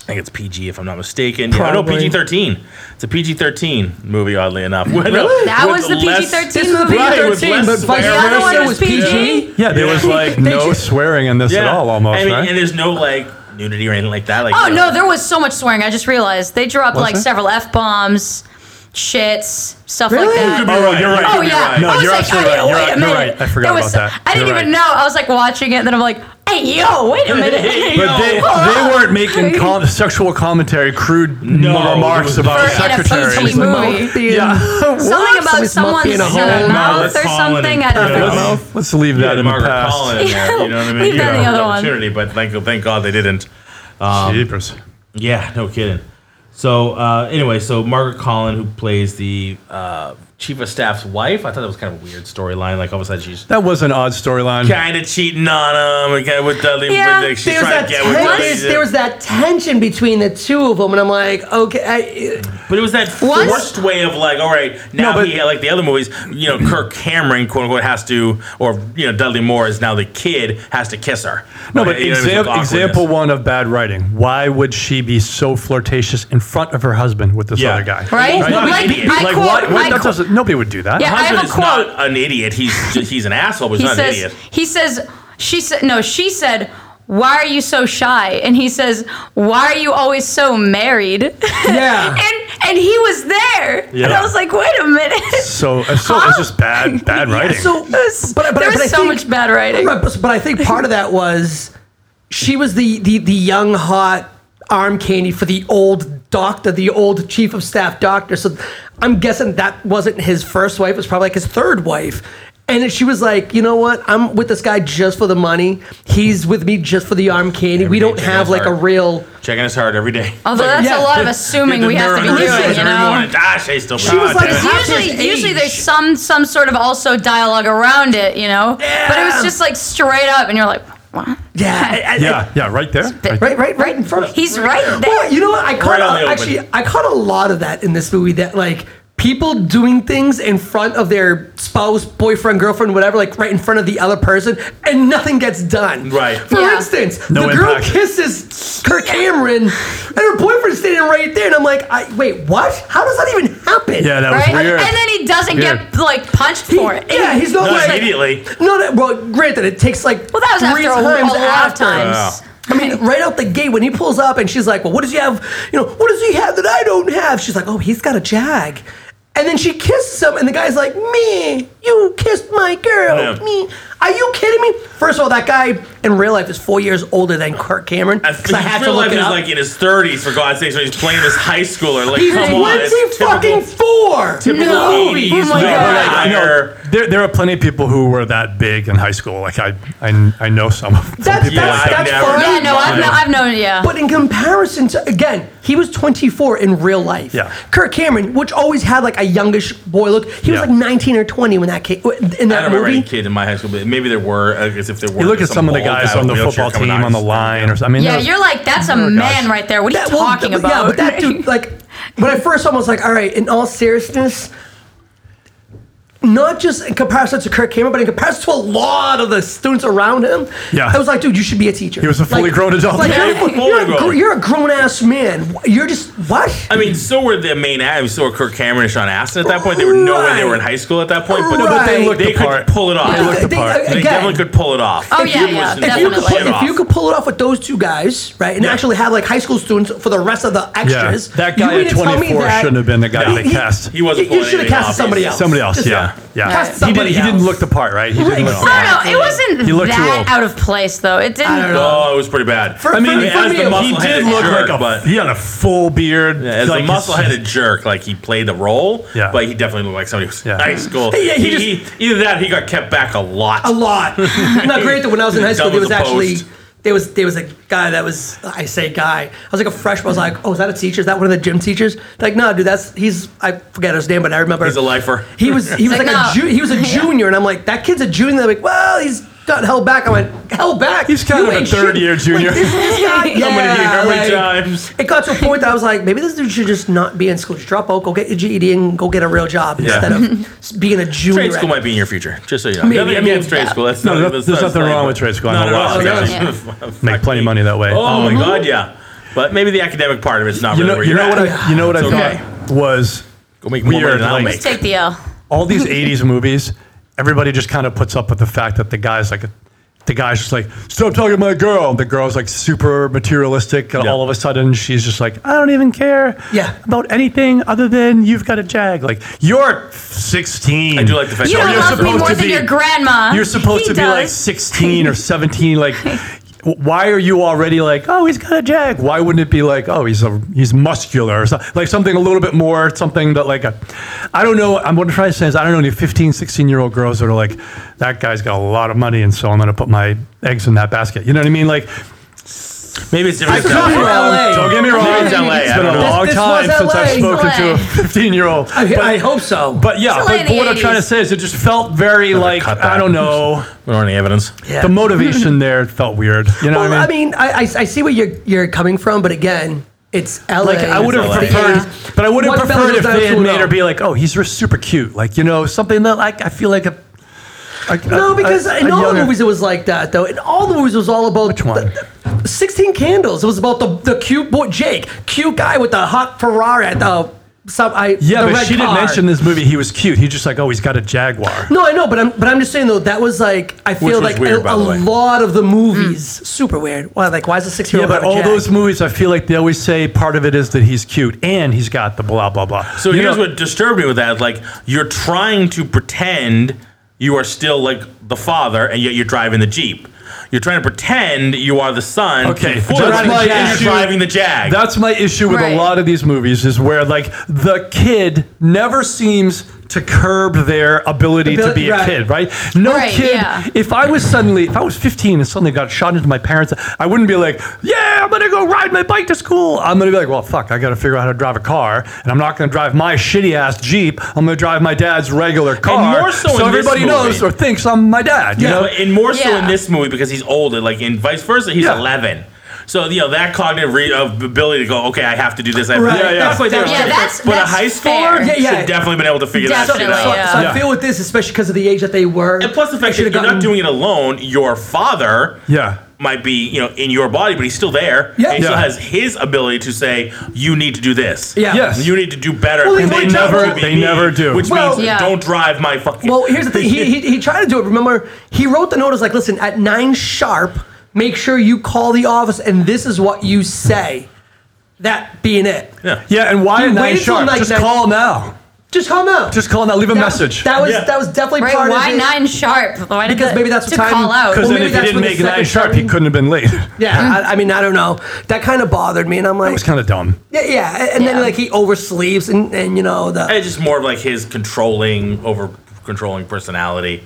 Speaker 3: I think it's PG if I'm not mistaken. Yeah, no,
Speaker 6: Probably.
Speaker 3: PG 13. It's a PG 13 movie, oddly enough. With-
Speaker 4: That
Speaker 3: with
Speaker 4: was the
Speaker 3: less-
Speaker 4: PG
Speaker 6: this was
Speaker 4: thirteen movie.
Speaker 3: Right, with less
Speaker 6: PG-13, but vice
Speaker 3: swearing. The other
Speaker 6: versa
Speaker 4: one
Speaker 6: was
Speaker 4: was PG.
Speaker 6: PG.
Speaker 5: Yeah, there was like
Speaker 6: They
Speaker 5: no
Speaker 6: just-
Speaker 5: swearing in this at all, almost,
Speaker 3: I mean,
Speaker 5: right?
Speaker 3: and there's no like nudity or anything like that. Like,
Speaker 4: Oh
Speaker 3: you know,
Speaker 4: no, there was so much swearing. I just realized they dropped like
Speaker 5: there?
Speaker 4: several f bombs. shits, stuff
Speaker 6: Really?
Speaker 4: like that.
Speaker 3: be right. You're right.
Speaker 4: Oh
Speaker 3: You're
Speaker 4: yeah.
Speaker 3: right.
Speaker 5: No,
Speaker 4: I was
Speaker 5: you're
Speaker 4: like,
Speaker 5: absolutely
Speaker 4: oh,
Speaker 5: right. You're
Speaker 4: wait a
Speaker 5: right. You're
Speaker 4: minute.
Speaker 5: right. I forgot
Speaker 4: There
Speaker 5: about
Speaker 4: was-
Speaker 5: that.
Speaker 4: I didn't
Speaker 5: You're
Speaker 4: even
Speaker 5: right.
Speaker 4: know. I was like watching it, and then I'm like, hey yo, wait a minute. Hey,
Speaker 5: But they,
Speaker 4: yo,
Speaker 5: they
Speaker 4: hold on.
Speaker 5: weren't making com- sexual commentary, crude
Speaker 3: No, it was
Speaker 5: remarks about
Speaker 3: not.
Speaker 5: the
Speaker 3: For
Speaker 4: in a
Speaker 5: secretary.
Speaker 4: PG movie.
Speaker 5: Yeah.
Speaker 4: Something about someone's uh,
Speaker 3: hole. No,
Speaker 4: mouth
Speaker 3: that's
Speaker 4: or
Speaker 3: Holland
Speaker 4: something. I
Speaker 3: and
Speaker 4: don't
Speaker 3: Pepper.
Speaker 4: know.
Speaker 5: Let's, let's leave
Speaker 3: Yeah,
Speaker 5: that in the
Speaker 3: Margaret
Speaker 5: past.
Speaker 3: Collin in there, you know what I mean?
Speaker 4: Leave
Speaker 3: You
Speaker 4: that
Speaker 3: know,
Speaker 4: in the
Speaker 3: an
Speaker 4: other one.
Speaker 3: Opportunity, but thank, thank God they didn't.
Speaker 4: Um,
Speaker 5: Jeepers.
Speaker 3: Yeah, no kidding. So uh, anyway, so Margaret Collin, who plays the uh, chief of staff's wife, I thought that was kind of a weird storyline. Like all of a sudden she's
Speaker 5: That was an odd storyline.
Speaker 3: kind of cheating on him, and kind of with Dudley.
Speaker 4: Yeah.
Speaker 3: with, like, she's
Speaker 6: There's
Speaker 3: trying
Speaker 6: that,
Speaker 3: to get with
Speaker 6: ten-
Speaker 3: Dudley.
Speaker 6: there's, there was that tension between the two of them, and I'm like, okay, I,
Speaker 3: But it was that
Speaker 4: Once-
Speaker 3: forced way of like, all right, now
Speaker 5: No, but-
Speaker 3: he like the other movies, you know, Kirk Cameron, quote unquote, has to, or you know, Dudley Moore is now the kid has to kiss her.
Speaker 5: No, but
Speaker 3: you know, it was
Speaker 5: exam-
Speaker 3: awkwardness.
Speaker 5: example one of bad writing. Why would she be so flirtatious in front of her husband with this
Speaker 3: Yeah.
Speaker 5: other guy?
Speaker 4: Right? Like, I
Speaker 5: Like,
Speaker 4: quote-
Speaker 5: what? what?
Speaker 4: I
Speaker 5: That
Speaker 4: quote-
Speaker 5: doesn't, nobody would do that.
Speaker 4: Yeah, I have
Speaker 3: Husband
Speaker 4: a
Speaker 3: is
Speaker 4: quote.
Speaker 3: not an idiot. He's he's an asshole, but he's
Speaker 4: he
Speaker 3: not an
Speaker 4: says,
Speaker 3: idiot.
Speaker 4: he says, she said, no, she said, why are you so shy? And he says, why are you always so married?
Speaker 6: yeah.
Speaker 4: and and he was there. And
Speaker 5: Yeah.
Speaker 4: I was like, wait a minute.
Speaker 5: So, so it's just bad, bad writing.
Speaker 6: So,
Speaker 4: It was-
Speaker 6: but, but,
Speaker 4: there
Speaker 6: but
Speaker 4: was so
Speaker 6: I think-
Speaker 4: much bad writing.
Speaker 6: Right, But, but I think part of that was she was the, the, the young, hot arm candy for the old doctor, the old chief of staff doctor. So I'm guessing that wasn't his first wife, it was probably like his third wife. And she was like, you know what? I'm with this guy just for the money. He's with me just for the arm candy. we
Speaker 3: Every day
Speaker 6: don't
Speaker 3: checking
Speaker 6: have
Speaker 3: his
Speaker 6: like a
Speaker 3: heart.
Speaker 6: real.
Speaker 3: Checking his heart every day.
Speaker 4: Although that's
Speaker 6: Yeah.
Speaker 4: a lot of assuming we have to be
Speaker 6: Listen,
Speaker 4: doing, you know.
Speaker 3: Ah, she's still
Speaker 6: She was
Speaker 3: proud,
Speaker 6: like-
Speaker 3: damn it.
Speaker 6: Half his
Speaker 4: Usually, usually
Speaker 6: age.
Speaker 4: there's some some sort of also dialogue around it, you know. But it
Speaker 6: Yeah.
Speaker 4: was just like straight up, and you're like, what?
Speaker 6: Yeah. I- I-
Speaker 5: yeah, yeah, right there. Right there.
Speaker 6: Right, right, right in front of
Speaker 4: He's right there.
Speaker 6: Well, you know what? I
Speaker 3: Right
Speaker 6: caught
Speaker 3: on the
Speaker 6: a,
Speaker 3: open.
Speaker 6: actually I caught a lot of that in this movie that like people doing things in front of their spouse, boyfriend, girlfriend, whatever, like right in front of the other person, and nothing gets done.
Speaker 3: Right.
Speaker 6: For
Speaker 4: Yeah.
Speaker 6: instance,
Speaker 5: No
Speaker 6: the girl
Speaker 5: impact.
Speaker 6: kisses Kirk Cameron, and her boyfriend's standing right there, and I'm like, I, wait, what? How does that even happen?
Speaker 5: Yeah, that
Speaker 4: right?
Speaker 5: was weird.
Speaker 4: And then he doesn't
Speaker 5: Weird.
Speaker 4: get like punched
Speaker 6: He-
Speaker 4: for it.
Speaker 6: Yeah, he's not,
Speaker 3: Not
Speaker 6: like
Speaker 3: immediately.
Speaker 6: No, that, well, granted, it takes like
Speaker 4: Well, that was
Speaker 6: three
Speaker 4: after a,
Speaker 6: times
Speaker 4: a lot
Speaker 6: after.
Speaker 4: of times.
Speaker 6: I mean, right out the gate, when he pulls up and she's like, Well, what does he have? You know, what does he have that I don't have? She's like, Oh, he's got a jag. And then she kisses him, and the guy's like, Me, you kissed my girl.
Speaker 3: Yeah.
Speaker 6: Me. Are you kidding me? First of all, that guy in real life is four years older than Kirk Cameron.
Speaker 3: I
Speaker 6: 'cause I
Speaker 3: think
Speaker 6: had
Speaker 3: his
Speaker 6: to
Speaker 3: real
Speaker 6: look
Speaker 3: life
Speaker 6: it
Speaker 3: is
Speaker 6: up.
Speaker 3: like in his 30s, for God's sake, so he's playing this high schooler. Like,
Speaker 6: he's
Speaker 3: come on. it's typical
Speaker 6: 20 fucking four.
Speaker 4: No.
Speaker 3: 80s,
Speaker 4: Oh my
Speaker 3: no,
Speaker 4: God.
Speaker 3: like, higher.
Speaker 5: There, there are plenty of people who were that big in high school. Like I, I, I know some. of- some
Speaker 6: That's,
Speaker 5: people
Speaker 6: that's,
Speaker 5: like that.
Speaker 6: that's
Speaker 3: never-
Speaker 6: fine.
Speaker 4: Yeah, no, I've, kno- I've known, yeah.
Speaker 5: Uh-huh.
Speaker 6: But in comparison to again, he was 24 in real life.
Speaker 5: Yeah.
Speaker 6: Kirk Cameron, which always had like a youngish boy look, he
Speaker 5: Yeah.
Speaker 6: was like 19 or 20 when that came in
Speaker 3: I
Speaker 6: that
Speaker 3: don't remember any
Speaker 6: movie.
Speaker 3: kid in my high school, but maybe there were, uh, as if there were.
Speaker 5: You look at
Speaker 3: there's
Speaker 5: some of the
Speaker 3: bald
Speaker 5: guys
Speaker 3: guy
Speaker 5: on the
Speaker 3: with a wheelchair
Speaker 5: football
Speaker 3: coming
Speaker 5: team
Speaker 3: out.
Speaker 5: on the line, or something. I mean,
Speaker 4: yeah,
Speaker 5: that-
Speaker 4: you're like, that's a man right there. What are you
Speaker 6: That- well,
Speaker 4: talking
Speaker 6: th-
Speaker 4: about?
Speaker 6: Yeah, but that dude, like, when I first saw him, I was like, all right. In all seriousness. Not just in comparison to Kirk Cameron, but in comparison to a lot of the students around him,
Speaker 5: Yeah.
Speaker 6: I was like, dude, you should be a teacher. He
Speaker 5: was a fully grown adult.
Speaker 6: Like,
Speaker 5: Yeah,
Speaker 6: you're,
Speaker 3: fully
Speaker 6: you're a,
Speaker 3: grown.
Speaker 6: gr- you're a grown ass man. You're just what?
Speaker 3: I mean, so were the main actors. So were Kirk Cameron and Sean Astin at that point. They were nowhere they were in high school at that point, but,
Speaker 6: No, but they looked
Speaker 3: they
Speaker 5: the part.
Speaker 3: could pull it off.
Speaker 5: They looked the
Speaker 6: They-
Speaker 5: part.
Speaker 6: they-
Speaker 3: They
Speaker 6: again,
Speaker 3: definitely could pull it off.
Speaker 4: Oh, yeah,
Speaker 3: Jim
Speaker 4: yeah,
Speaker 3: was-
Speaker 6: if you, could
Speaker 4: definitely.
Speaker 6: pull,
Speaker 3: Jim
Speaker 6: if you
Speaker 3: off.
Speaker 6: could pull it off with those two guys, right, and
Speaker 3: Yeah.
Speaker 6: actually have like high school students for the rest of the extras,
Speaker 5: That
Speaker 6: you
Speaker 5: guy
Speaker 6: mean
Speaker 5: at
Speaker 6: to tell me
Speaker 5: 24
Speaker 6: that-
Speaker 5: shouldn't have been the guy
Speaker 3: No.
Speaker 5: they
Speaker 3: He-
Speaker 5: cast.
Speaker 3: he wasn't
Speaker 6: You- you
Speaker 3: pulling
Speaker 6: should have
Speaker 3: anything
Speaker 6: casted
Speaker 3: off.
Speaker 6: somebody
Speaker 3: He's-
Speaker 6: else.
Speaker 5: Somebody else.
Speaker 6: Just-
Speaker 5: yeah, yeah.
Speaker 6: Cast
Speaker 5: He didn't.
Speaker 6: somebody
Speaker 5: He didn't
Speaker 6: else.
Speaker 5: look the part, right? He didn't look the part.
Speaker 4: I don't know. It wasn't
Speaker 5: He looked too
Speaker 4: that
Speaker 5: old.
Speaker 4: out of place, though. It didn't.
Speaker 3: Oh, it was pretty bad.
Speaker 6: For-
Speaker 5: I mean,
Speaker 6: for
Speaker 5: as
Speaker 6: me,
Speaker 5: the
Speaker 6: it was-
Speaker 5: muscle- he
Speaker 3: he
Speaker 5: did
Speaker 3: did
Speaker 5: look
Speaker 3: jerk,
Speaker 5: like a
Speaker 3: but-
Speaker 5: he had a full beard.
Speaker 3: Yeah, as
Speaker 5: like
Speaker 3: a
Speaker 5: he's-
Speaker 3: muscle-headed jerk, like he played the role,
Speaker 5: Yeah.
Speaker 3: but he definitely looked like somebody who was in
Speaker 5: Yeah.
Speaker 3: high school.
Speaker 6: Yeah, he
Speaker 3: He- he- either that, or he got kept back a lot.
Speaker 6: a lot. now, granted, when I was in high school,
Speaker 3: Dumb
Speaker 6: there
Speaker 3: as a
Speaker 6: was actually
Speaker 3: post.
Speaker 6: there was there was a guy that was I say guy. I was like a freshman. I was like, oh, is that a teacher? Is that one of the gym teachers? They're like, no, dude, that's he's I forget his name, but I remember
Speaker 3: He's a lifer.
Speaker 6: He was he was like,
Speaker 4: Like,
Speaker 6: a
Speaker 4: no.
Speaker 6: ju- he was a junior, and I'm like, that kid's a junior. They're like, well, he's got held back. I went held back.
Speaker 5: He's kind
Speaker 6: You
Speaker 5: of a
Speaker 6: ain't
Speaker 5: third
Speaker 6: shit."
Speaker 5: year junior.
Speaker 6: Like, this, this guy,
Speaker 4: How many-
Speaker 6: yeah,
Speaker 3: How many
Speaker 6: like-
Speaker 3: times?
Speaker 6: it got to a point that I was like, maybe this dude should just not be in school. Just drop out, go get your GED, and go get a real job instead of being a junior.
Speaker 3: Trade school
Speaker 6: at-
Speaker 3: might be in your future, just so you know.
Speaker 6: Maybe,
Speaker 3: Nothing
Speaker 6: I mean,
Speaker 3: against trade
Speaker 4: yeah.
Speaker 3: school. That's
Speaker 5: No,
Speaker 3: not,
Speaker 5: no,
Speaker 3: that's
Speaker 5: there's
Speaker 3: not-
Speaker 5: nothing wrong with trade school. I
Speaker 3: Not
Speaker 5: know
Speaker 3: at
Speaker 5: lots
Speaker 3: all.
Speaker 5: of guys Make plenty of money that way.
Speaker 3: Oh my god, yeah. But maybe the academic part of it's not
Speaker 5: You
Speaker 3: really
Speaker 5: know,
Speaker 3: where
Speaker 5: you
Speaker 3: you're
Speaker 5: know what
Speaker 3: at.
Speaker 5: I, you know what I
Speaker 3: It's okay.
Speaker 5: thought was
Speaker 3: Go make more money
Speaker 5: weird,
Speaker 3: than I'll
Speaker 5: like-
Speaker 3: make.
Speaker 4: Take the L.
Speaker 5: all these '80s movies. Everybody just kind of puts up with the fact that the guy's like a the guy's just like, stop talking to my girl. The girl's like super materialistic, and
Speaker 3: Yeah.
Speaker 5: all of a sudden she's just like, I don't even care
Speaker 6: Yeah.
Speaker 5: about anything other than you've got a jag. Like you're 16.
Speaker 3: I do like the fact
Speaker 4: You
Speaker 3: that
Speaker 4: don't
Speaker 3: you're
Speaker 4: love me
Speaker 3: supposed
Speaker 4: more
Speaker 5: to
Speaker 4: than
Speaker 5: be-
Speaker 4: your grandma.
Speaker 5: You're supposed
Speaker 4: He
Speaker 5: to be like
Speaker 4: does.
Speaker 5: 16 or 17. Like, w- why are you already like, oh, he's got a jag? Why wouldn't it be like, oh, he's a he's muscular or so, like something a little bit more, something that like a, I don't know. I'm what I'm trying to say is I don't know any 15, 16 year old girls that are like, that guy's got a lot of money, and so I'm gonna put my eggs in that basket. You know what I mean? Like,
Speaker 3: Maybe it's different.
Speaker 5: could
Speaker 3: down
Speaker 5: be
Speaker 3: there.
Speaker 5: wrong.
Speaker 6: LA.
Speaker 5: Don't get me wrong.
Speaker 3: Maybe it's LA,
Speaker 5: It's
Speaker 3: I
Speaker 5: been
Speaker 3: don't
Speaker 5: a
Speaker 3: know.
Speaker 5: long
Speaker 6: This- this
Speaker 5: time
Speaker 6: was
Speaker 5: since I've
Speaker 6: LA.
Speaker 5: spoken to a
Speaker 4: It's
Speaker 5: 15 year old.
Speaker 6: I, I hope so.
Speaker 5: But yeah,
Speaker 4: It's
Speaker 5: but,
Speaker 4: LA in
Speaker 5: but
Speaker 4: the
Speaker 5: what I'm trying to
Speaker 4: 80s.
Speaker 5: say is it just felt very like
Speaker 3: cut
Speaker 5: I
Speaker 3: that.
Speaker 5: don't know.
Speaker 3: We don't have any evidence.
Speaker 6: Yeah.
Speaker 5: The motivation there felt weird. You know
Speaker 6: well,
Speaker 5: what I
Speaker 6: I
Speaker 5: mean?
Speaker 6: mean, I, I, I see where you're you're coming from, but again, it's LA.
Speaker 5: like I would have
Speaker 3: it's LA.
Speaker 5: preferred,
Speaker 4: Yeah.
Speaker 5: but I would have
Speaker 6: One
Speaker 5: preferred
Speaker 6: fellow
Speaker 5: if they had
Speaker 6: doesn't
Speaker 5: made
Speaker 6: know.
Speaker 5: her be like, "Oh, he's re- super cute," like you know something that like I feel like a. a-
Speaker 6: No,
Speaker 5: a-
Speaker 6: because
Speaker 5: a-
Speaker 6: in
Speaker 5: a
Speaker 6: all the
Speaker 5: younger-
Speaker 6: movies it was like that though. In all the movies it was all about
Speaker 5: Which one?
Speaker 6: the- the- Sixteen Candles. It was about the the cute boy Jake, cute guy with the hot Ferrari at the some. I
Speaker 5: Yeah,
Speaker 6: the
Speaker 5: but
Speaker 6: red
Speaker 5: she didn't
Speaker 6: car.
Speaker 5: mention this movie. He was cute. He just like, oh, he's got a jaguar.
Speaker 6: No, I know, but I'm but I'm just saying though that was like I
Speaker 3: was
Speaker 6: feel like
Speaker 3: weird,
Speaker 6: a,
Speaker 3: by
Speaker 6: a
Speaker 3: the way.
Speaker 6: lot of the movies super weird. Why like why is a six year
Speaker 5: Yeah,
Speaker 6: old?
Speaker 5: but all those movies, I feel like they always say part of it is that he's cute and he's got the blah blah blah.
Speaker 3: So
Speaker 5: You
Speaker 3: here's
Speaker 5: know-
Speaker 3: what disturbed me with that: like you're trying to pretend you are still like the father, and yet you're driving the jeep. You're trying to pretend you are the son.
Speaker 5: Okay,
Speaker 3: to
Speaker 5: that's
Speaker 3: fool everyone,
Speaker 5: my
Speaker 3: and you're
Speaker 5: issue.
Speaker 3: driving the jag.
Speaker 5: That's my issue with a
Speaker 4: Right.
Speaker 5: lot of these movies is where like the kid never seems to curb their ability to
Speaker 6: Abili-
Speaker 5: be a
Speaker 6: right.
Speaker 5: kid, right? No
Speaker 4: Right,
Speaker 5: kid.
Speaker 4: yeah.
Speaker 5: If I was suddenly, if I was 15 and suddenly got shot into my parents, I wouldn't be like, yeah, I'm gonna go ride my bike to school. I'm gonna be like, well, fuck, I gotta figure out how to drive a car, and I'm not gonna drive my shitty ass Jeep. I'm gonna drive my dad's regular car.
Speaker 3: more so in this
Speaker 5: everybody
Speaker 3: movie.
Speaker 5: knows or thinks I'm my dad. You
Speaker 3: Yeah,
Speaker 5: know?
Speaker 3: but in more so in
Speaker 4: Yeah.
Speaker 3: this movie because he's older. Like in vice versa, he's
Speaker 5: Yeah.
Speaker 3: eleven. So you know that cognitive re- of ability to go, okay, I have to do this. I have to
Speaker 6: Right.
Speaker 3: do that.
Speaker 5: Yeah, yeah.
Speaker 3: That's why they were
Speaker 4: Yeah,
Speaker 3: trying to-
Speaker 4: that's-
Speaker 3: but
Speaker 4: that's
Speaker 3: a high
Speaker 4: fair.
Speaker 3: schooler
Speaker 6: Yeah, yeah.
Speaker 3: should definitely been able to figure
Speaker 4: Definitely,
Speaker 3: that shit
Speaker 6: So,
Speaker 3: out.
Speaker 4: yeah.
Speaker 6: so
Speaker 5: Yeah.
Speaker 6: I feel with this, especially because of the age that they were.
Speaker 3: And plus the
Speaker 6: I
Speaker 3: fact that you're
Speaker 6: should've
Speaker 3: not
Speaker 6: gotten-
Speaker 3: doing it alone, your father
Speaker 5: yeah.
Speaker 3: might be, you know, in your body, but he's still there.
Speaker 6: Yeah.
Speaker 3: And he still
Speaker 5: Yeah.
Speaker 3: has his ability to say, you need to do this.
Speaker 6: Yeah.
Speaker 5: Yes.
Speaker 3: You need to do better.
Speaker 6: Well, they
Speaker 3: than
Speaker 6: would
Speaker 3: you
Speaker 6: never-
Speaker 3: do to be
Speaker 5: they
Speaker 3: me,"
Speaker 5: never do.
Speaker 3: Which
Speaker 6: Well-
Speaker 3: means
Speaker 4: Yeah.
Speaker 3: don't drive my fucking.
Speaker 6: Well, here's the thing. He, he, he tried to do it. Remember, he wrote the note as like, listen, at nine sharp, make sure you call the office and this is what you say. That being it.
Speaker 3: yeah.
Speaker 5: Yeah, and why
Speaker 6: You
Speaker 5: at nine
Speaker 6: waited till
Speaker 5: sharp?
Speaker 6: like
Speaker 5: Just
Speaker 6: nine-
Speaker 5: call now.
Speaker 6: Just call out.
Speaker 5: Just call now. Leave a
Speaker 6: that,
Speaker 5: message.
Speaker 6: That was
Speaker 3: Yeah.
Speaker 6: that was definitely
Speaker 4: Right?
Speaker 6: part
Speaker 4: Why
Speaker 6: of it.
Speaker 4: nine sharp? Why did
Speaker 6: Because
Speaker 4: the-
Speaker 6: maybe that's
Speaker 4: to
Speaker 6: what time-
Speaker 4: call out.
Speaker 5: Because
Speaker 6: Oh, Well,
Speaker 5: then
Speaker 6: maybe
Speaker 5: if he
Speaker 6: that's
Speaker 5: didn't
Speaker 6: when the
Speaker 5: make nine
Speaker 6: secretary-
Speaker 5: sharp, he couldn't have been late. That
Speaker 6: Yeah, I, I mean, I don't know. That kind of bothered me, and I'm like,
Speaker 5: was kind of dumb.
Speaker 6: yeah, yeah. And then
Speaker 4: Yeah.
Speaker 6: like he oversleeps, and and you know the.
Speaker 3: It's just more of like his controlling, over controlling personality.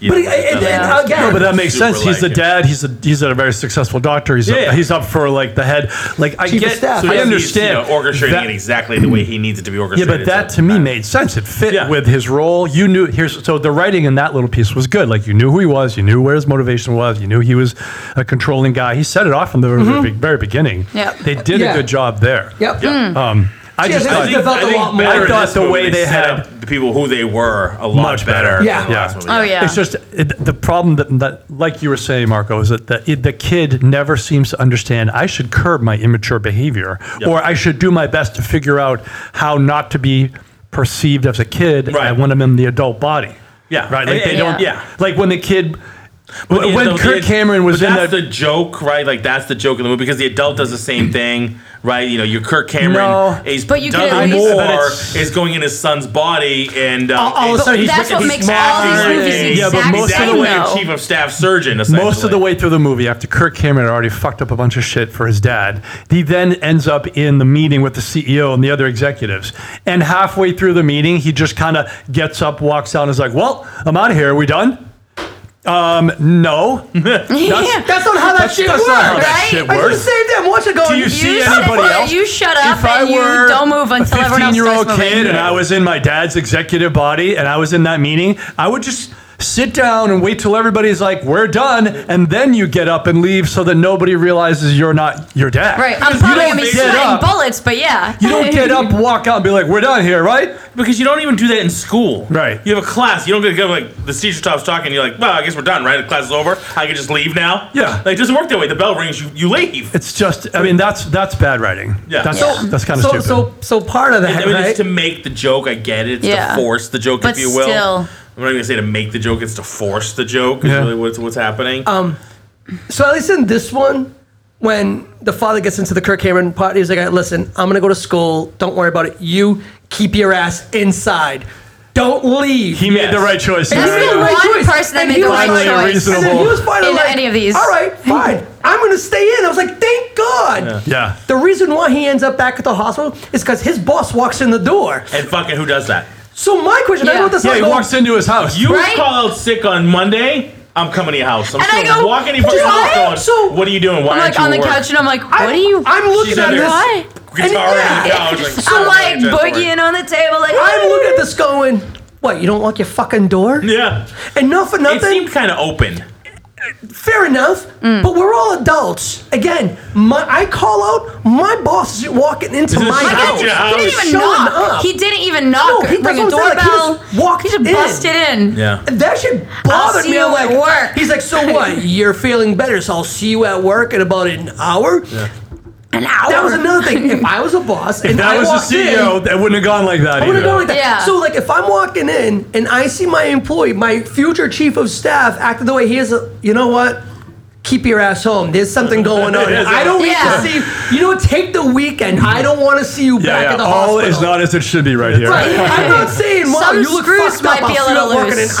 Speaker 3: You
Speaker 6: but
Speaker 3: know,
Speaker 6: it, it,
Speaker 3: doesn't-
Speaker 4: Yeah.
Speaker 6: and again,
Speaker 5: No, but that makes
Speaker 3: Super
Speaker 5: sense. He's the
Speaker 3: like him.
Speaker 5: dad. He's a he's a very successful doctor. He's
Speaker 3: Yeah.
Speaker 5: up, he's up for like the head. Like I
Speaker 6: Chief of
Speaker 5: get,
Speaker 6: staff. So
Speaker 5: I
Speaker 6: he's,
Speaker 3: He's, you know,
Speaker 5: understand
Speaker 3: orchestrating
Speaker 5: that-
Speaker 3: it exactly the way he needs it to be
Speaker 5: Yeah,
Speaker 3: orchestrated.
Speaker 5: but that
Speaker 3: so-
Speaker 5: to me made sense. It fit
Speaker 3: Yeah.
Speaker 5: with his role. You knew here's so the writing in that little piece was good. Like you knew who he was, you knew where his motivation was, you knew he was a controlling guy. He set it off from the very- very beginning.
Speaker 4: Yeah.
Speaker 5: they did
Speaker 6: Yeah.
Speaker 5: a good job there.
Speaker 6: Yep.
Speaker 5: Um, I
Speaker 6: Yeah,
Speaker 5: just
Speaker 6: they-
Speaker 5: thought,
Speaker 6: they felt a lot more.
Speaker 5: I
Speaker 3: in
Speaker 5: thought
Speaker 3: this
Speaker 5: the
Speaker 3: movie,
Speaker 5: way they
Speaker 3: set
Speaker 5: had-
Speaker 3: up the people who they were a lot
Speaker 5: Much better.
Speaker 3: better.
Speaker 6: Yeah.
Speaker 3: than the last
Speaker 5: Yeah.
Speaker 3: movie.
Speaker 4: Oh yeah.
Speaker 5: It's just it, the problem that, that, like you were saying, Marco, is that the, it, the kid never seems to understand. I should curb my immature behavior,
Speaker 3: Yep.
Speaker 5: or I should do my best to figure out how not to be perceived as a kid
Speaker 3: Right.
Speaker 5: when I'm in the adult body.
Speaker 3: Yeah.
Speaker 5: right. Like
Speaker 3: And-
Speaker 5: they
Speaker 3: and-
Speaker 5: don't.
Speaker 3: yeah.
Speaker 5: like when the kid, when,
Speaker 3: Yeah,
Speaker 5: when
Speaker 3: though, the
Speaker 5: Kirk
Speaker 3: ad-
Speaker 5: Cameron was
Speaker 3: but
Speaker 5: in that.
Speaker 3: that's the joke, right? Like that's the joke in the movie because the adult does the same thing, right? You know, your Kirk Cameron
Speaker 5: Mm. No.
Speaker 3: is
Speaker 4: But you
Speaker 3: done
Speaker 4: could at
Speaker 5: least-
Speaker 3: more
Speaker 5: But it's-
Speaker 3: is going in his son's body and um,
Speaker 5: All- all of a
Speaker 3: and-
Speaker 5: sudden Oh, he's
Speaker 4: That's what
Speaker 5: he's
Speaker 4: makes all these
Speaker 5: smart
Speaker 4: movies
Speaker 5: and-
Speaker 4: the
Speaker 5: Yeah, but
Speaker 4: exact
Speaker 5: most of the
Speaker 4: same,
Speaker 5: way
Speaker 3: Exactly,
Speaker 4: though.
Speaker 3: chief of staff surgeon.
Speaker 5: Most of
Speaker 3: essentially.
Speaker 5: the way through the movie, after Kirk Cameron had already fucked up a bunch of shit for his dad, he then ends up in the meeting with the CEO and the other executives. And halfway through the meeting, he just kind of gets up, walks out, and is like, "Well, I'm out of here. Are we done?" Um, no.
Speaker 4: Yeah.
Speaker 6: That's not how that
Speaker 5: That's-
Speaker 6: shit
Speaker 5: that's
Speaker 6: works.
Speaker 5: not how
Speaker 4: that
Speaker 6: I
Speaker 4: shit
Speaker 5: works.
Speaker 6: just saved them. Watch it go.
Speaker 5: Do you see
Speaker 4: You sit
Speaker 5: anybody
Speaker 4: there,
Speaker 5: else?
Speaker 4: You shut up
Speaker 5: if I
Speaker 4: and
Speaker 5: were
Speaker 4: you don't move
Speaker 5: a
Speaker 4: until everyone else
Speaker 5: fifteen-year-old
Speaker 4: starts moving.
Speaker 5: kid and I was in my dad's executive body and I was in that meeting, I would just sit down and wait till everybody's like, "We're done," and then you get up and leave so that nobody realizes you're not your dad.
Speaker 4: Right. I'm
Speaker 5: You
Speaker 4: probably
Speaker 5: don't
Speaker 4: gonna be
Speaker 5: get
Speaker 4: sweating
Speaker 5: up.
Speaker 4: bullets, but yeah.
Speaker 5: You don't get up, walk out, and be like, "We're done here," right?
Speaker 3: because you don't even do that in school,
Speaker 5: Right.
Speaker 3: You have a class. You don't get to go like the teacher stops talking. You're like, well, I guess we're done, right? The class is over. I can just leave now.
Speaker 5: Yeah.
Speaker 3: like it doesn't work that way. The bell rings, you, you leave.
Speaker 5: It's just, I mean, that's that's bad writing.
Speaker 3: Yeah.
Speaker 5: that's
Speaker 4: Yeah.
Speaker 5: that's kind of
Speaker 6: So
Speaker 5: stupid.
Speaker 6: so so part of that,
Speaker 3: I mean,
Speaker 6: right?
Speaker 3: it's to make the joke. I get it. It's
Speaker 4: Yeah.
Speaker 3: to force the joke,
Speaker 4: But
Speaker 3: if you will.
Speaker 4: still.
Speaker 3: I'm not going to say to make the joke; it's to force the joke. Is
Speaker 5: Yeah. Um,
Speaker 3: really what's what's happening.
Speaker 6: So at least in this one, when the father gets into the Kirk Cameron part, he's like, "All right, "Listen, I'm gonna go to school. Don't worry about it. You keep your ass inside. Don't leave."
Speaker 5: He made the right choice.
Speaker 4: That's
Speaker 5: Mario.
Speaker 4: the one person that
Speaker 6: And
Speaker 4: made
Speaker 6: he
Speaker 4: the
Speaker 6: was
Speaker 4: right
Speaker 6: like-
Speaker 4: choice.
Speaker 6: And then he was finally
Speaker 4: In
Speaker 6: like,
Speaker 4: any of these.
Speaker 6: All right, fine. I'm gonna stay in. I was like, "Thank God."
Speaker 5: Yeah.
Speaker 6: The reason why he ends up back at the hospital is because his boss walks in the door.
Speaker 3: and fucking who does that?
Speaker 6: So my question, I
Speaker 4: Yeah.
Speaker 6: wrote this
Speaker 5: Yeah,
Speaker 6: out
Speaker 5: he
Speaker 6: going,
Speaker 5: walks into his house.
Speaker 3: You
Speaker 4: Right?
Speaker 3: call out sick on Monday. I'm coming to your house. I'm
Speaker 4: And I
Speaker 3: still
Speaker 4: go,
Speaker 3: walking to your fucking
Speaker 4: "Just
Speaker 3: house.
Speaker 4: what?"
Speaker 3: Going,
Speaker 6: So-
Speaker 3: what are you doing? Why
Speaker 4: I'm
Speaker 3: aren't
Speaker 4: like
Speaker 3: you
Speaker 4: on
Speaker 3: at
Speaker 4: the
Speaker 3: work?
Speaker 4: couch and I'm like, what
Speaker 6: I'm-
Speaker 4: are you?
Speaker 6: I'm looking
Speaker 3: She's at
Speaker 6: at
Speaker 3: her
Speaker 6: this.
Speaker 4: Why?
Speaker 3: Guitar
Speaker 6: And-
Speaker 3: on the
Speaker 6: yeah.
Speaker 3: couch. Like,
Speaker 4: I'm like
Speaker 3: "Sorry, I'm
Speaker 4: boogieing on the table. Like
Speaker 6: I'm looking at this going, "What? You don't lock your fucking door?"
Speaker 3: Yeah,
Speaker 6: And not for
Speaker 3: it
Speaker 6: nothing.
Speaker 3: seemed kind of open.
Speaker 6: Fair enough, but we're all adults. Again, my, I call out, my boss is walking into
Speaker 3: This is
Speaker 6: my
Speaker 3: my house.
Speaker 6: house.
Speaker 3: Yeah.
Speaker 4: He didn't
Speaker 6: He's
Speaker 4: even
Speaker 6: showing
Speaker 4: knock.
Speaker 6: up.
Speaker 4: He didn't even knock.
Speaker 6: No, he-
Speaker 4: or
Speaker 6: that's
Speaker 4: ring a
Speaker 6: what I'm saying, like, he
Speaker 4: doorbell.
Speaker 6: just walked
Speaker 4: He just
Speaker 6: in.
Speaker 4: busted in.
Speaker 3: Yeah,
Speaker 6: that shit bothered
Speaker 4: see
Speaker 6: me.
Speaker 4: you
Speaker 6: I'm like,
Speaker 4: at work.
Speaker 6: He's like, so what? You're feeling better, so I'll see you at work in about an hour.
Speaker 4: An hour.
Speaker 6: That was another thing. If I was a boss and
Speaker 5: If that
Speaker 6: I
Speaker 5: was
Speaker 6: walked
Speaker 5: the
Speaker 4: E
Speaker 6: in,
Speaker 5: CEO, that wouldn't have gone like that
Speaker 6: I would
Speaker 5: either.
Speaker 6: have done like that.
Speaker 4: Yeah.
Speaker 6: So like if I'm walking in and I see my employee, my future chief of staff acting the way he is, uh, you know what? Keep your ass home. There's something going on.
Speaker 5: Yes,
Speaker 6: I don't
Speaker 4: yeah.
Speaker 6: need to see you know what? Take the weekend. I don't want to see you
Speaker 5: yeah,
Speaker 6: back
Speaker 5: yeah.
Speaker 6: at the
Speaker 5: All
Speaker 6: hospital.
Speaker 5: is not as it should be right here.
Speaker 6: Right. I'm not saying, Mom,
Speaker 4: Some
Speaker 6: you look
Speaker 4: screws
Speaker 6: fucked up.
Speaker 4: might be
Speaker 6: I'll
Speaker 4: a
Speaker 6: see you
Speaker 4: little
Speaker 6: at work in an
Speaker 4: loose.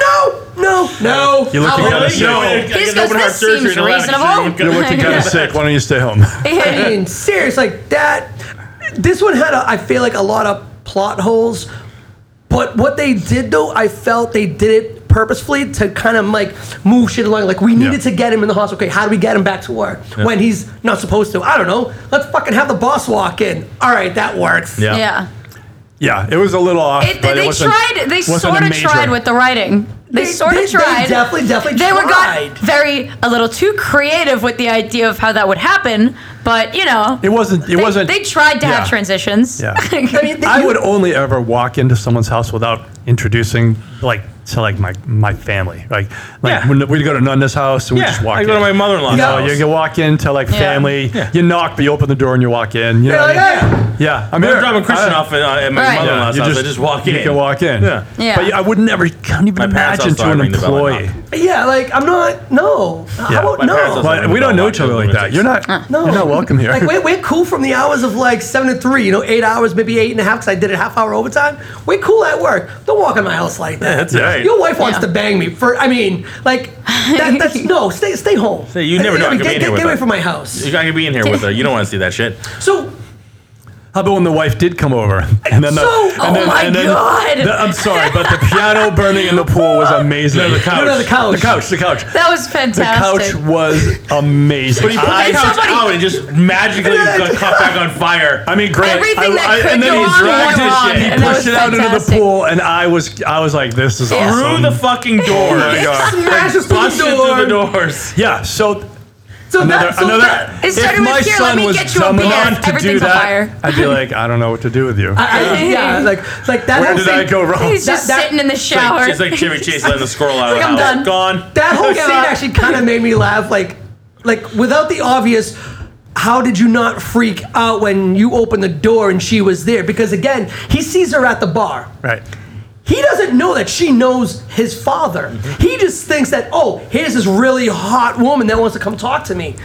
Speaker 6: no, no, no.
Speaker 5: You're looking
Speaker 4: Oh,
Speaker 5: kind
Speaker 4: really?
Speaker 5: of sick.
Speaker 3: No, I got
Speaker 4: He just
Speaker 3: an
Speaker 4: goes,
Speaker 3: open heart
Speaker 4: "This
Speaker 3: surgery
Speaker 4: seems
Speaker 3: in 11.
Speaker 4: reasonable."
Speaker 5: You're looking kind of sick. Why don't you stay home?
Speaker 6: I mean, serious, like that. This one had, a, I feel like, a lot of plot holes. But what they did, though, I felt they did it purposefully to kind of like move shit along. Like we needed
Speaker 5: Yeah.
Speaker 6: to get him in the hospital. Okay, how do we get him back to work when he's not supposed to? I don't know. Let's fucking have the boss walk in. All right, that works.
Speaker 5: Yeah.
Speaker 4: yeah.
Speaker 5: Yeah, it was a little off.
Speaker 4: It,
Speaker 5: but
Speaker 4: they
Speaker 5: it wasn't,
Speaker 4: tried. They
Speaker 5: wasn't
Speaker 4: sort
Speaker 5: a
Speaker 4: of
Speaker 5: major-
Speaker 4: tried with the writing. They,
Speaker 6: They-
Speaker 4: sort
Speaker 6: they-
Speaker 4: of
Speaker 6: they
Speaker 4: tried.
Speaker 6: definitely, definitely
Speaker 4: They were
Speaker 6: tried.
Speaker 4: got very a little too creative with the idea of how that would happen, but you know,
Speaker 5: It wasn't.
Speaker 4: they,
Speaker 5: It wasn't.
Speaker 4: They tried to have
Speaker 5: yeah.
Speaker 4: transitions.
Speaker 5: Yeah.
Speaker 6: I mean, they-
Speaker 5: I would only ever walk into someone's house without introducing, like, to like my my family. Like, like
Speaker 3: Yeah.
Speaker 5: when we'd go to Nunda's house and we
Speaker 3: yeah.
Speaker 5: just walk.
Speaker 3: I go
Speaker 5: in.
Speaker 3: to my mother-in-law's
Speaker 5: You, know,
Speaker 3: house.
Speaker 5: you can walk into like family.
Speaker 3: Yeah.
Speaker 5: You knock, but you open the door and you walk in. You
Speaker 6: They're
Speaker 5: know what
Speaker 6: like,
Speaker 5: I mean?
Speaker 6: "Hey."
Speaker 5: yeah. I mean,
Speaker 3: I'm dropping Christian
Speaker 5: I-
Speaker 3: off at, uh, at my
Speaker 4: Right.
Speaker 5: Yeah,
Speaker 3: mother-in-law's
Speaker 5: you
Speaker 3: house. I just walk in.
Speaker 5: You can walk in.
Speaker 3: Yeah.
Speaker 4: Yeah.
Speaker 5: But I would never. Can't even
Speaker 3: My parents'
Speaker 5: imagine
Speaker 3: house
Speaker 5: to an
Speaker 3: ring the bell and
Speaker 5: employee.
Speaker 3: knock.
Speaker 6: yeah, like I'm not. No,
Speaker 5: Yeah.
Speaker 6: how about
Speaker 5: My
Speaker 3: parents
Speaker 6: no?
Speaker 3: also-
Speaker 5: But we don't know each other like that. You're not.
Speaker 6: No.
Speaker 5: You're not welcome here.
Speaker 6: Like we're, we're cool from the hours of like seven to three, you know, eight hours, maybe eight and a half, because I did a half hour overtime. We're cool at work. Don't walk in my house like that.
Speaker 3: that's right.
Speaker 6: Your wife wants
Speaker 4: Yeah.
Speaker 6: to bang me for. I mean, like that, that's no. Stay stay home.
Speaker 3: Say, you never know, I could
Speaker 6: Get,
Speaker 3: be in
Speaker 6: get,
Speaker 3: here with
Speaker 6: get away
Speaker 3: her.
Speaker 6: from my house.
Speaker 3: You gotta be in here with her. You don't want to see that shit.
Speaker 6: So
Speaker 5: How about when the wife did come over? And then the,
Speaker 6: So-
Speaker 5: and
Speaker 6: oh
Speaker 5: then,
Speaker 4: my
Speaker 5: and then,
Speaker 4: God.
Speaker 5: the- I'm sorry, but the piano burning in the pool was amazing.
Speaker 3: No, the couch.
Speaker 6: no, the couch.
Speaker 5: The couch. The couch.
Speaker 4: That was
Speaker 5: The
Speaker 4: fantastic.
Speaker 5: couch was amazing.
Speaker 3: But he put the
Speaker 5: I,
Speaker 4: then
Speaker 3: couch
Speaker 4: somebody-
Speaker 3: out and just magically got caught back on fire.
Speaker 5: I mean, great.
Speaker 4: Everything
Speaker 5: I,
Speaker 4: that
Speaker 5: I-
Speaker 4: could
Speaker 5: and then
Speaker 4: go
Speaker 5: he
Speaker 4: on
Speaker 5: dragged
Speaker 4: went
Speaker 5: it.
Speaker 4: wrong,
Speaker 5: He
Speaker 4: and that
Speaker 5: pushed
Speaker 4: was
Speaker 5: it out into the
Speaker 4: fantastic.
Speaker 5: pool, and I was, I was like, this is
Speaker 4: Yeah.
Speaker 5: awesome.
Speaker 3: Through the fucking door.
Speaker 6: smashes through
Speaker 3: Busted
Speaker 6: the
Speaker 3: through the
Speaker 6: door.
Speaker 3: doors.
Speaker 5: yeah. So
Speaker 6: So
Speaker 5: another,
Speaker 6: that, so
Speaker 5: another.
Speaker 6: that,
Speaker 4: It started
Speaker 5: if
Speaker 4: with,
Speaker 5: my
Speaker 4: "Here, let
Speaker 5: son
Speaker 4: me
Speaker 5: was
Speaker 4: get you a
Speaker 5: dumb
Speaker 4: beer.
Speaker 5: enough to do
Speaker 4: Everything's on fire."
Speaker 5: that, I'd be like, I don't know what to do with you.
Speaker 6: I, yeah, like like that.
Speaker 5: Where
Speaker 6: whole
Speaker 5: did I
Speaker 6: scene-
Speaker 5: go wrong?
Speaker 4: He's just
Speaker 6: That- that-
Speaker 4: sitting in the
Speaker 3: It's
Speaker 4: shower.
Speaker 3: like, it's like Chevy Chase letting the squirrel out of the
Speaker 4: Like, I'm
Speaker 3: house.
Speaker 4: done.
Speaker 3: Uh, Gone.
Speaker 6: That whole scene
Speaker 4: up.
Speaker 6: actually kind of made me laugh. Like, like without the obvious, how did you not freak out when you opened the door and she was there? Because again, he sees her at the bar.
Speaker 5: right.
Speaker 6: He doesn't know that she knows his father. He just thinks that oh, here's this really hot woman that wants to come talk to me.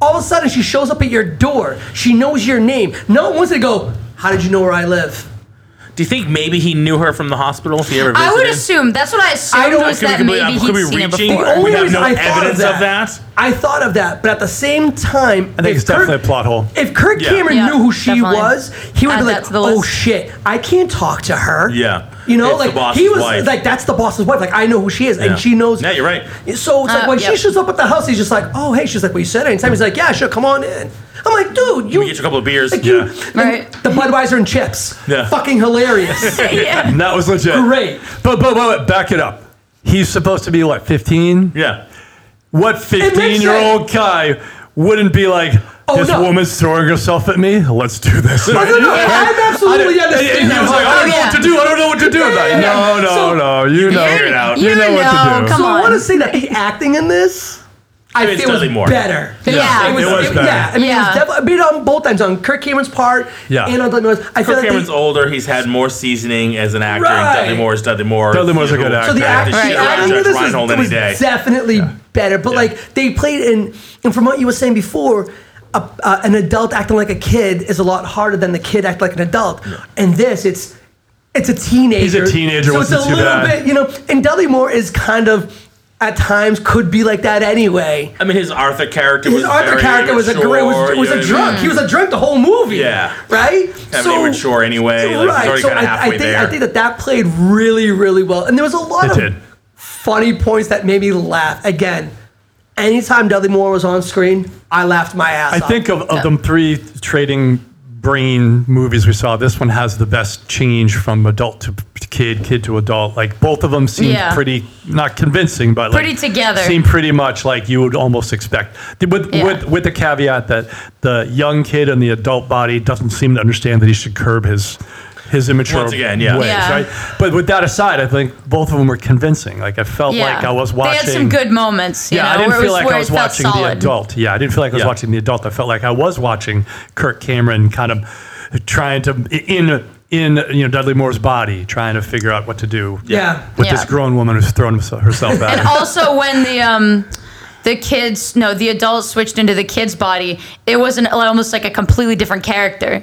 Speaker 6: All of a sudden, she shows up at your door. She knows your name. Not once they go, how did you know where I live?
Speaker 3: Do you think maybe he knew her from the hospital if he ever visited?
Speaker 4: I would assume that's what I assumed
Speaker 6: don't-
Speaker 4: was
Speaker 3: Could we-
Speaker 4: that
Speaker 3: could we-
Speaker 5: uh,
Speaker 4: maybe
Speaker 3: could
Speaker 4: he'd
Speaker 3: we
Speaker 4: seen it
Speaker 3: reaching?
Speaker 4: before.
Speaker 3: Only- We have
Speaker 6: reason
Speaker 3: no
Speaker 6: I thought
Speaker 3: evidence of that.
Speaker 6: I thought of that, but at the same time,
Speaker 5: I think it's definitely a plot hole.
Speaker 6: If Kirk
Speaker 3: Yeah.
Speaker 6: Cameron
Speaker 4: Yeah,
Speaker 6: knew who she
Speaker 4: definitely.
Speaker 6: was, he would
Speaker 4: Add
Speaker 6: be
Speaker 4: that
Speaker 6: like,
Speaker 4: to the
Speaker 6: "Oh
Speaker 4: list."
Speaker 6: shit, I can't talk to her."
Speaker 3: Yeah.
Speaker 6: you know,
Speaker 3: It's the
Speaker 6: like
Speaker 3: boss's
Speaker 6: he was
Speaker 3: wife.
Speaker 6: like, "That's the boss's wife." Like I know who she is,
Speaker 3: Yeah.
Speaker 6: and she knows.
Speaker 3: Yeah, you're right.
Speaker 6: So it's like
Speaker 4: Uh,
Speaker 6: when she
Speaker 4: yep.
Speaker 6: shows up at the house, he's just like, "Oh hey," she's like, "Well, you said it." And Sammy's like, "Yeah, sure, come on in." I'm like, "Dude, you
Speaker 3: me get you a couple of beers."
Speaker 6: Like, you-
Speaker 3: Yeah.
Speaker 6: and
Speaker 4: Right.
Speaker 6: The Budweiser and chips.
Speaker 3: Yeah.
Speaker 6: Fucking hilarious.
Speaker 4: Oh, yeah.
Speaker 5: And that was legit.
Speaker 6: Great.
Speaker 5: But, but, but, back it up. He's supposed to be what, 15?
Speaker 3: Yeah.
Speaker 5: What
Speaker 6: makes
Speaker 5: 15 year old guy wouldn't be like,
Speaker 6: Oh,
Speaker 5: this
Speaker 6: no.
Speaker 5: woman's throwing herself at me? Let's do this.
Speaker 6: no, no, no, I'm absolutely
Speaker 5: I- and-
Speaker 6: understanding.
Speaker 5: and he was like, I don't know what to do. I don't know what to do. I'm like, no, no,
Speaker 6: So-
Speaker 5: no. You know.
Speaker 4: You're-
Speaker 5: it out.
Speaker 4: you
Speaker 5: You know, what
Speaker 4: know,
Speaker 5: to do.
Speaker 4: come
Speaker 6: So I want
Speaker 4: on.
Speaker 6: to say that the acting in this I
Speaker 3: It's
Speaker 6: feel was
Speaker 3: Dudley Moore.
Speaker 6: better.
Speaker 4: Yeah. Yeah.
Speaker 6: it was,
Speaker 4: It
Speaker 3: was better.
Speaker 6: Yeah, I mean,
Speaker 4: Yeah.
Speaker 6: It was defi- I mean, on both ends, on Kirk Cameron's part,
Speaker 5: Yeah.
Speaker 6: and on Dudley Moore's. I feel
Speaker 3: Kirk
Speaker 6: like
Speaker 3: Cameron's
Speaker 6: the,
Speaker 3: older. He's had more seasoning as an actor.
Speaker 6: Right.
Speaker 3: And Dudley Moore is Dudley Moore.
Speaker 5: Dudley Moore's a good
Speaker 3: Who-
Speaker 5: actor.
Speaker 6: so the, act,
Speaker 3: Right.
Speaker 6: the
Speaker 3: Right.
Speaker 6: acting
Speaker 3: Judge
Speaker 6: of this
Speaker 3: Reinhold
Speaker 6: was,
Speaker 3: any
Speaker 6: was
Speaker 3: day.
Speaker 6: definitely better, but like they played in, and from what you were saying before. A, uh, an adult acting like a kid is a lot harder than the kid acting like an adult. And this, it's it's a teenager.
Speaker 5: teenager,
Speaker 6: So it's a
Speaker 5: wasn't too
Speaker 6: little
Speaker 5: bad.
Speaker 6: bit, you know. And Dudley Moore is kind of, at times, could be like that anyway.
Speaker 3: I mean, his Arthur character
Speaker 6: His
Speaker 3: was
Speaker 6: Arthur
Speaker 3: very
Speaker 6: character was a
Speaker 3: immature,
Speaker 6: great, was,
Speaker 3: you
Speaker 6: was
Speaker 3: know
Speaker 6: a
Speaker 3: what I
Speaker 6: drunk.
Speaker 3: mean?
Speaker 6: He was a drunk the whole movmovie.
Speaker 3: Yeah.
Speaker 6: right.
Speaker 3: Kind of immature anyway. Like, he's already
Speaker 6: So
Speaker 3: kind of
Speaker 6: I, I
Speaker 3: halfway
Speaker 6: think
Speaker 3: there.
Speaker 6: I think that that played really, really well, and there was a lot
Speaker 5: It
Speaker 6: of
Speaker 5: did.
Speaker 6: funny points that made me laugh. Again, anytime Dudley Moore was on screen, I laughed my ass.
Speaker 5: I
Speaker 6: off.
Speaker 5: think of, of them three trading brain movies we saw, this one has the best change from adult to p- kid, kid to adult. Like both of them seem
Speaker 4: Yeah.
Speaker 5: pretty not convincing, but
Speaker 4: Pretty
Speaker 5: like,
Speaker 4: together.
Speaker 5: Seem pretty much like you would almost expect. The- With
Speaker 4: Yeah.
Speaker 5: with with the caveat that the young kid and the adult body doesn't seem to understand that he should curb his. His immature
Speaker 3: Once again, yeah.
Speaker 5: ways,
Speaker 4: Yeah.
Speaker 5: right? But with that aside, I think both of them were convincing. Like I felt
Speaker 4: Yeah.
Speaker 5: like I was watching.
Speaker 4: They had some good moments. You
Speaker 5: Yeah,
Speaker 4: know,
Speaker 5: I
Speaker 4: where
Speaker 5: didn't
Speaker 4: it
Speaker 5: feel like
Speaker 4: where
Speaker 5: I
Speaker 4: it
Speaker 5: was
Speaker 4: felt
Speaker 5: watching
Speaker 4: solid.
Speaker 5: the adult. Yeah, I didn't feel like I was
Speaker 3: Yeah.
Speaker 5: watching the adult. I felt like I was watching Kirk Cameron kind of trying to in in you know Dudley Moore's body, trying to figure out what to do.
Speaker 6: Yeah.
Speaker 5: with
Speaker 4: Yeah.
Speaker 5: this grown woman who's thrown herself- herself at.
Speaker 4: And
Speaker 5: him.
Speaker 4: also when the um the kids no the adults switched into the kids body, it was an almost like a completely different character.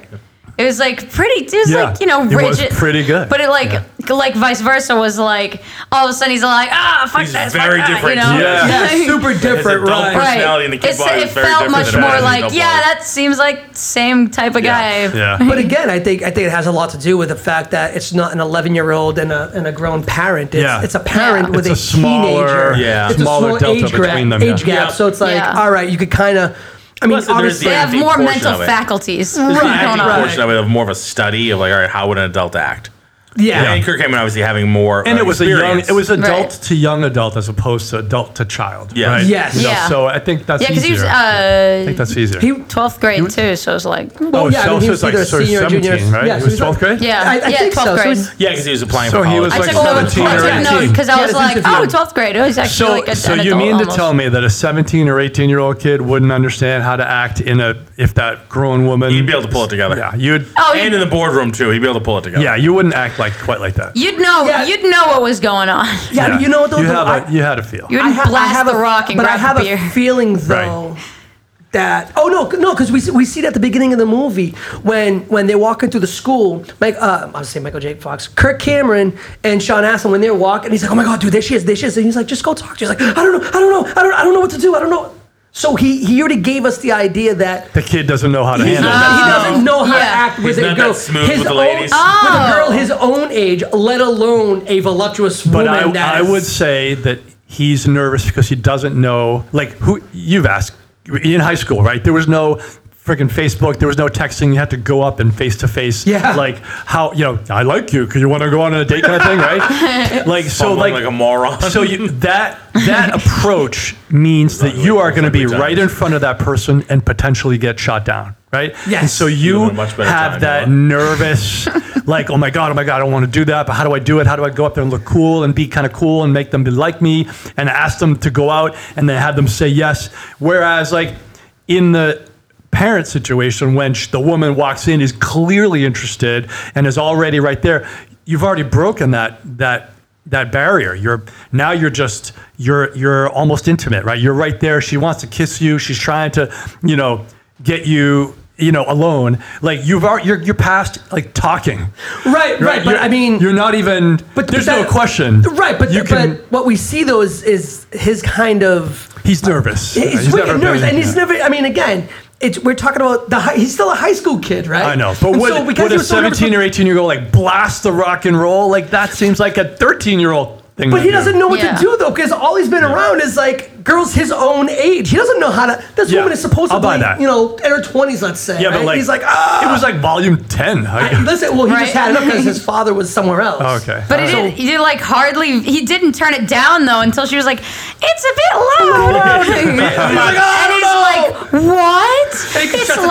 Speaker 4: It was like pretty. It was
Speaker 5: Yeah,
Speaker 4: like you know
Speaker 5: it was
Speaker 4: rigid.
Speaker 5: pretty good.
Speaker 4: But it like
Speaker 5: Yeah.
Speaker 4: g- like vice versa was like all of a sudden he's like ah fuck
Speaker 3: He's
Speaker 4: this
Speaker 3: very
Speaker 4: fuck that,
Speaker 3: different.
Speaker 4: You know?
Speaker 5: Yeah.
Speaker 6: It's super
Speaker 3: His adult
Speaker 6: different, right?
Speaker 4: Right.
Speaker 3: personality in the kid
Speaker 4: It's-
Speaker 3: body
Speaker 4: it
Speaker 3: was very
Speaker 4: felt
Speaker 3: different
Speaker 4: much
Speaker 3: than
Speaker 4: more
Speaker 3: that in the
Speaker 4: like
Speaker 3: adult
Speaker 4: yeah,
Speaker 3: body.
Speaker 4: that seems like same type of guy.
Speaker 5: yeah,
Speaker 6: But again, I think I think it has a lot to do with the fact that it's not an 11 year old and a, and a grown parent. It's,
Speaker 5: Yeah.
Speaker 6: it's a parent
Speaker 4: Yeah.
Speaker 6: with
Speaker 5: It's a smaller-
Speaker 6: teenager.
Speaker 3: yeah.
Speaker 6: it's
Speaker 5: smaller
Speaker 6: a small
Speaker 5: delta
Speaker 6: age gra-
Speaker 5: between them, yeah.
Speaker 6: Age gap.
Speaker 3: Yeah.
Speaker 6: So it's like,
Speaker 4: Yeah.
Speaker 6: all right, you could kind of. I mean,
Speaker 3: Plus, there's
Speaker 6: obviously,
Speaker 4: They
Speaker 3: the-
Speaker 4: have
Speaker 3: Acting
Speaker 4: more
Speaker 3: portion
Speaker 4: mental
Speaker 3: of it.
Speaker 4: faculties
Speaker 6: Right,
Speaker 4: going
Speaker 3: acting
Speaker 4: on.
Speaker 6: right.
Speaker 3: portion of it of more of a study of like, all right, how would an adult act?
Speaker 6: yeah,
Speaker 3: And Kirk Cameron obviously having more.
Speaker 5: and
Speaker 3: uh,
Speaker 5: it was a young,
Speaker 3: experience.
Speaker 5: it was adult
Speaker 4: Right.
Speaker 5: to young adult as opposed to adult to child.
Speaker 3: Yes.
Speaker 5: right?
Speaker 6: Yes.
Speaker 5: You know,
Speaker 4: Yeah.
Speaker 5: So I think that's
Speaker 4: Yeah, because
Speaker 5: easier.
Speaker 4: he was
Speaker 5: I
Speaker 4: uh
Speaker 5: think that's easier.
Speaker 6: He-
Speaker 4: twelfth grade too, so it's like
Speaker 5: oh,
Speaker 6: yeah, I
Speaker 5: so
Speaker 6: mean, he
Speaker 5: so
Speaker 6: was
Speaker 5: it's like
Speaker 6: either a
Speaker 5: sort of
Speaker 6: senior or junior.
Speaker 5: seventeen, right?
Speaker 6: Yeah,
Speaker 5: he
Speaker 6: so
Speaker 5: was
Speaker 6: he's
Speaker 5: twelfth
Speaker 6: like-
Speaker 5: grade.
Speaker 4: yeah,
Speaker 6: I- I
Speaker 4: yeah,
Speaker 6: think so.
Speaker 4: twelfth
Speaker 6: So
Speaker 4: grade.
Speaker 6: he's-
Speaker 3: yeah, because he was applying
Speaker 5: So
Speaker 3: for
Speaker 5: he
Speaker 3: college.
Speaker 5: was
Speaker 4: I
Speaker 5: like
Speaker 4: took a little bit
Speaker 5: 17
Speaker 4: I
Speaker 5: or
Speaker 4: took notes
Speaker 5: 18.
Speaker 4: because I
Speaker 6: Yeah,
Speaker 4: was
Speaker 6: this is
Speaker 4: like,
Speaker 6: just
Speaker 4: oh,
Speaker 6: young.
Speaker 4: 12th grade. It was actually
Speaker 5: So,
Speaker 4: like a,
Speaker 5: so
Speaker 4: an
Speaker 5: you
Speaker 4: adult
Speaker 5: mean to
Speaker 4: almost.
Speaker 5: tell me that a 17 or 18 year old kid wouldn't understand how to act in a if that grown woman?
Speaker 3: He'd be able to pull it together.
Speaker 5: Yeah, you'd.
Speaker 4: Oh,
Speaker 3: and in
Speaker 4: you'd,
Speaker 3: the boardroom too, he'd be able to pull it together.
Speaker 5: Yeah, you wouldn't act like quite like that.
Speaker 4: you'd know,
Speaker 6: Yeah.
Speaker 4: you'd know what was going on.
Speaker 6: yeah, You know what? Though,
Speaker 5: you
Speaker 6: though,
Speaker 5: have
Speaker 6: I-
Speaker 5: a, you had a feel.
Speaker 4: You wouldn't
Speaker 6: ha-
Speaker 4: blast the rock and
Speaker 6: but
Speaker 4: grab
Speaker 6: I have
Speaker 4: the beer.
Speaker 6: a feeling though that oh no c- no because we s- we see it at the beginning of the movie when when they're walking through the school like uh, I was saying Michael J. Fox Kirk Cameron and Sean Astin when they're walking he's like oh my god dude there she is there she is and he's like just go talk to her he's like I don't know I don't know I don't I don't know what to do I don't know so he he already gave us the idea that.
Speaker 5: the kid doesn't know how to
Speaker 6: He's
Speaker 5: handle
Speaker 6: not-
Speaker 5: that.
Speaker 6: he doesn't know how to
Speaker 4: Yeah.
Speaker 6: act with
Speaker 3: He's
Speaker 6: a
Speaker 3: not that
Speaker 6: girl.
Speaker 3: smooth with the
Speaker 6: own-
Speaker 3: ladies.
Speaker 6: With
Speaker 4: Oh.
Speaker 6: a girl his own age, let alone a voluptuous
Speaker 5: But
Speaker 6: woman.
Speaker 5: I,
Speaker 6: that
Speaker 5: I
Speaker 6: is-
Speaker 5: would say that he's nervous because he doesn't know. Like who you've asked in high school, right? There was no freaking Facebook. There was no texting. You had to go up and face to face.
Speaker 6: Yeah.
Speaker 5: Like how you know I like you. Cause you want to go on a date kind of thing, right? like so
Speaker 3: Fumbling
Speaker 5: like,
Speaker 3: like a moron.
Speaker 5: So you, that that approach means that you are going to be
Speaker 3: Every time.
Speaker 5: right in front of that person and potentially get shot down, right? And
Speaker 6: Yes.
Speaker 5: so
Speaker 3: You're
Speaker 5: you
Speaker 3: doing a much better
Speaker 5: have
Speaker 3: time,
Speaker 5: that
Speaker 3: yeah.
Speaker 5: nervous, like, oh my god, oh my god, I don't want to do that, but how do I do it? How do I go up there and look cool and be kind of cool and make them be like me and ask them to go out and then have them say yes? Whereas, like, in the parent situation, when sh- the woman walks in, is clearly interested and is already right there, you've already broken that that that barrier. You're now you're just you're you're almost intimate, right? You're right there. She wants to kiss you. She's trying to, you know, get you you know alone like you've already you're, you're past like talking
Speaker 6: Right, right, but
Speaker 5: You're-
Speaker 6: I mean,
Speaker 5: you're not even but
Speaker 6: But
Speaker 5: there's
Speaker 6: that-
Speaker 5: no question
Speaker 6: Right, but,
Speaker 5: you can
Speaker 6: but what we see though is, is his kind of
Speaker 5: he's nervous
Speaker 6: he's, really
Speaker 5: never
Speaker 6: nervous,
Speaker 5: been-
Speaker 6: and he's
Speaker 5: yeah.
Speaker 6: never. I mean, again, it's we're talking about the high, he's still a high school kid, right?
Speaker 5: i know but
Speaker 6: And
Speaker 5: would,
Speaker 6: so because
Speaker 5: would
Speaker 6: he
Speaker 5: a
Speaker 6: was so nervous-
Speaker 5: 17 or 18 year old like blast the rock and roll like that seems like a 13 year old thing
Speaker 6: But
Speaker 5: to
Speaker 6: he
Speaker 5: do.
Speaker 6: doesn't know what
Speaker 4: Yeah.
Speaker 6: to do though, because all he's been around is like girls his own age. He doesn't know how to. This
Speaker 5: Yeah,
Speaker 6: woman is supposed to
Speaker 5: I'll buy
Speaker 6: be,
Speaker 5: that.
Speaker 6: you know, in her twenties, let's say.
Speaker 5: yeah
Speaker 6: right?
Speaker 5: but like
Speaker 6: he's like, ah.
Speaker 5: it was like volume 10 like-
Speaker 6: Listen, well, he
Speaker 4: Right.
Speaker 6: just had it up because his father was somewhere else.
Speaker 5: okay
Speaker 4: but he didn't, he did like hardly, he didn't turn it down though until she was like, it's a bit loud. and
Speaker 6: like, "I
Speaker 4: he's like, what? It's
Speaker 6: shuts it down, he goes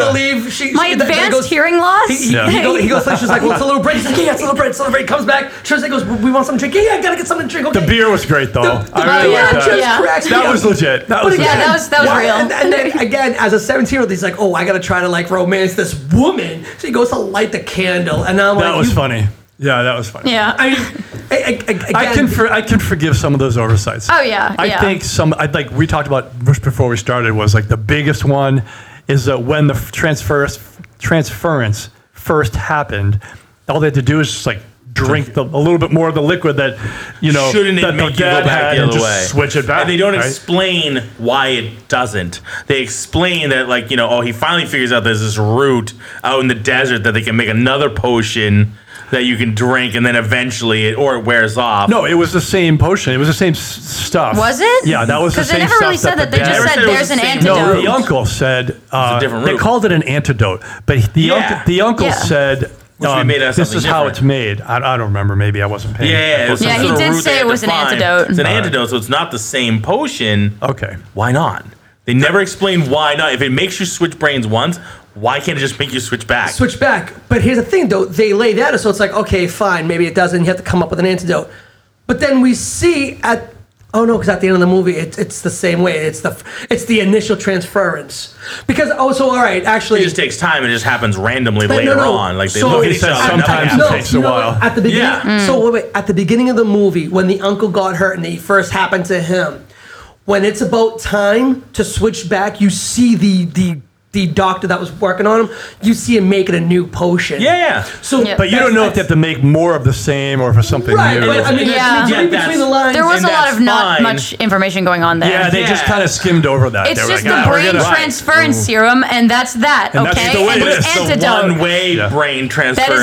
Speaker 4: loud?
Speaker 6: to leave. She,
Speaker 4: My
Speaker 6: she- the- the-
Speaker 4: advanced
Speaker 6: goes-
Speaker 4: hearing loss?
Speaker 6: He, he,
Speaker 5: Yeah.
Speaker 6: he goes, he goes like, she's like, well, it's a little break. He's like, yeah, yeah, it's a little break. It's a little break. Comes back. Tristan goes, we want something to drink. Yeah, yeah, I gotta get something to drink. Okay.
Speaker 5: the beer was great though
Speaker 6: The, the
Speaker 5: i really
Speaker 6: beer
Speaker 4: yeah,
Speaker 5: like that
Speaker 6: just
Speaker 4: yeah.
Speaker 6: cracks me
Speaker 5: That
Speaker 6: up.
Speaker 5: was legit. That was
Speaker 6: But
Speaker 4: Yeah,
Speaker 5: legit.
Speaker 6: again-
Speaker 4: that was- that was
Speaker 6: Why-
Speaker 4: real.
Speaker 6: And, and then again, as a 17 year old, he's like, oh, I gotta try to like romance this woman. So he goes to light the candle, and I'm
Speaker 5: That
Speaker 6: like,
Speaker 5: was
Speaker 6: you-
Speaker 5: funny. Yeah, that was funny.
Speaker 4: Yeah.
Speaker 6: I mean, I, I, I- again,
Speaker 5: I can for, I can forgive some of those oversights.
Speaker 4: Oh, yeah,
Speaker 5: I
Speaker 4: yeah.
Speaker 5: think some I like we talked about just before we started was like the biggest one is that when the transfers transference first happened, all they had to do is just like drink the, a little bit more of the liquid that you know
Speaker 3: Shouldn't
Speaker 5: that
Speaker 3: it make you go
Speaker 5: dad
Speaker 3: back
Speaker 5: had
Speaker 3: the
Speaker 5: and
Speaker 3: other
Speaker 5: just
Speaker 3: way?
Speaker 5: Switch it back.
Speaker 3: And they don't
Speaker 5: right?
Speaker 3: explain why it doesn't. They explain that, like, you know, oh, he finally figures out there's this root out in the desert that they can make another potion that you can drink, and then eventually it or it wears off.
Speaker 5: No, it was the same potion. It was the same s- stuff.
Speaker 4: Was it?
Speaker 5: Yeah, that was the
Speaker 4: 'Cause
Speaker 5: same
Speaker 4: they never
Speaker 5: stuff
Speaker 4: really said
Speaker 5: the
Speaker 4: that. They
Speaker 5: dad-
Speaker 4: just
Speaker 3: Never
Speaker 4: said
Speaker 3: said it was
Speaker 4: there's
Speaker 3: the
Speaker 4: an
Speaker 3: same
Speaker 5: No,
Speaker 4: antidote.
Speaker 5: the uncle said uh,
Speaker 3: different
Speaker 5: they
Speaker 3: route.
Speaker 5: called it an antidote, but he- the
Speaker 3: Yeah.
Speaker 5: uncle the uncle
Speaker 4: Yeah.
Speaker 5: said um,
Speaker 3: Which we made out of
Speaker 5: this
Speaker 3: something
Speaker 5: is how
Speaker 3: different.
Speaker 5: it's made. I, I don't remember. Maybe I wasn't paying.
Speaker 3: Yeah, yeah, it was some
Speaker 4: Yeah, he
Speaker 3: sort of
Speaker 4: did
Speaker 3: root
Speaker 4: say
Speaker 3: they
Speaker 4: it
Speaker 3: had
Speaker 4: was
Speaker 3: to
Speaker 4: an
Speaker 3: find.
Speaker 4: antidote.
Speaker 3: It's an
Speaker 5: Alright.
Speaker 3: antidote, so it's not the same potion.
Speaker 5: Okay.
Speaker 3: Why not? They never explain why not. If it makes you switch brains once, why can't it just make you switch back?
Speaker 6: switch back. But here's the thing, though. They lay that, so it's like, okay, fine, maybe it doesn't. You have to come up with an antidote. But then we see at oh no, because at the end of the movie, it, it's the same way. It's the it's the initial transference. Because oh, so all right, actually,
Speaker 3: It just takes time. It just happens randomly
Speaker 6: But
Speaker 3: later on. Like they
Speaker 6: So-
Speaker 3: look at
Speaker 5: He
Speaker 3: each
Speaker 5: said
Speaker 3: other. nothing
Speaker 5: sometimes it
Speaker 3: happens.
Speaker 5: takes a
Speaker 6: you know what?
Speaker 5: while.
Speaker 6: At the beginning,
Speaker 3: Yeah.
Speaker 6: so wait, wait, at the beginning of the movie, when the uncle got hurt and it first happened to him, when it's about time to switch back, you see the the the doctor that was working on him. You see him making a new potion.
Speaker 3: Yeah, yeah.
Speaker 6: So,
Speaker 4: Yeah.
Speaker 5: But you don't know if they have to make more of the same or for something
Speaker 6: Right,
Speaker 5: new.
Speaker 6: but I mean,
Speaker 4: Yeah.
Speaker 6: I mean, read
Speaker 3: Yeah,
Speaker 6: between the
Speaker 3: that's-
Speaker 6: lines.
Speaker 4: There was
Speaker 3: And
Speaker 4: a lot
Speaker 3: that's
Speaker 4: of not
Speaker 3: fine.
Speaker 4: much information going on there.
Speaker 5: yeah, they just kind of skimmed over that.
Speaker 4: It's
Speaker 5: They were
Speaker 4: just
Speaker 5: like,
Speaker 4: the
Speaker 5: "Ah, we're
Speaker 4: brain
Speaker 5: gonna-"
Speaker 3: Right.
Speaker 4: transference serum, and that's that.
Speaker 5: And that's
Speaker 4: okay,
Speaker 5: the way
Speaker 4: and
Speaker 5: it
Speaker 4: the
Speaker 5: is, so
Speaker 4: antidote,
Speaker 3: One way
Speaker 5: Yeah.
Speaker 3: brain transfer.
Speaker 4: way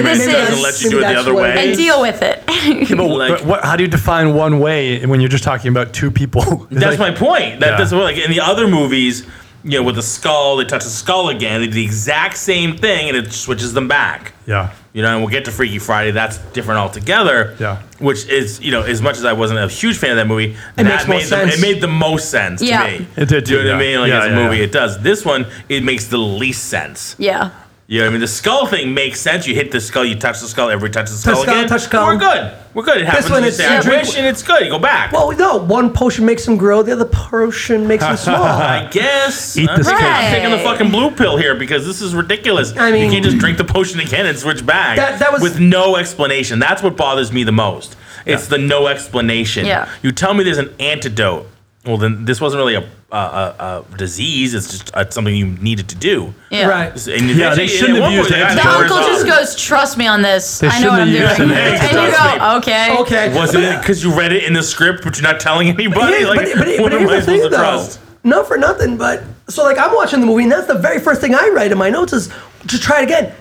Speaker 4: this
Speaker 3: It doesn't
Speaker 4: is.
Speaker 3: let you do it the other
Speaker 6: Maybe
Speaker 3: way.
Speaker 4: and deal with it.
Speaker 5: But
Speaker 3: Like-
Speaker 5: what- what- how do you define one way when you're just talking about two people?
Speaker 3: That's my point. That,
Speaker 5: Yeah.
Speaker 3: That's what, like in the other movies, you know, with the skull, they touch the skull again. They do the exact same thing, and it switches them back.
Speaker 5: Yeah.
Speaker 3: You know, and we'll get to Freaky Friday. That's different altogether.
Speaker 5: Yeah.
Speaker 3: Which is, you know, as much as I wasn't a huge fan of that movie, that
Speaker 6: makes more
Speaker 3: made the-
Speaker 6: sense.
Speaker 3: it made the most sense
Speaker 4: Yeah.
Speaker 3: to me.
Speaker 5: It did
Speaker 3: Do you
Speaker 5: too,
Speaker 3: know what I
Speaker 5: yeah.
Speaker 3: mean? Like
Speaker 5: Yeah,
Speaker 3: as a
Speaker 5: yeah,
Speaker 3: movie,
Speaker 5: yeah.
Speaker 3: it does. This one, it makes the least sense.
Speaker 4: yeah.
Speaker 3: You know what I mean? The skull thing makes sense. You hit the skull, you touch the skull, every touch the skull
Speaker 6: Touch skull,
Speaker 3: again.
Speaker 6: touch skull.
Speaker 3: We're good. We're good. It happens.
Speaker 6: one
Speaker 3: You
Speaker 6: is
Speaker 3: say,
Speaker 6: you
Speaker 3: I
Speaker 6: drink-
Speaker 3: wish, and it's good. You go back.
Speaker 6: Well, no, one potion makes him grow, the other potion makes him small.
Speaker 3: I guess.
Speaker 5: Eat
Speaker 3: I'm
Speaker 5: this
Speaker 3: taking-
Speaker 4: cake.
Speaker 3: I'm taking the fucking blue pill here because this is ridiculous.
Speaker 6: I mean-
Speaker 3: you can't just drink the potion again and switch back
Speaker 6: That- that was-
Speaker 3: with no explanation. That's what bothers me the most. It's the no explanation.
Speaker 4: Yeah.
Speaker 3: You tell me there's an antidote. Well, then this wasn't really a, a, a, a disease. It's just uh something you needed to do.
Speaker 4: Yeah.
Speaker 6: Right.
Speaker 3: And
Speaker 5: Yeah, they
Speaker 3: eventually-
Speaker 5: shouldn't
Speaker 3: at
Speaker 5: have
Speaker 3: one
Speaker 5: used
Speaker 3: point,
Speaker 5: the
Speaker 3: I
Speaker 4: The
Speaker 5: Sure,
Speaker 3: turned
Speaker 4: uncle
Speaker 3: it
Speaker 4: just
Speaker 3: off.
Speaker 4: goes, "Trust me on this. I know what I'm
Speaker 5: shouldn't have
Speaker 4: doing."
Speaker 5: used an
Speaker 4: and you
Speaker 3: antidote.
Speaker 4: go, "Okay."
Speaker 6: Okay.
Speaker 3: Was it because you read it in the script, but you're not telling anybody?
Speaker 6: Yeah,
Speaker 3: like,
Speaker 6: but, but,
Speaker 3: what
Speaker 6: but
Speaker 3: am I supposed
Speaker 6: here's the thing,
Speaker 3: to
Speaker 6: though.
Speaker 3: trust?
Speaker 6: Not for nothing, but so like I'm watching the movie, and that's the very first thing I write in my notes is to try it again.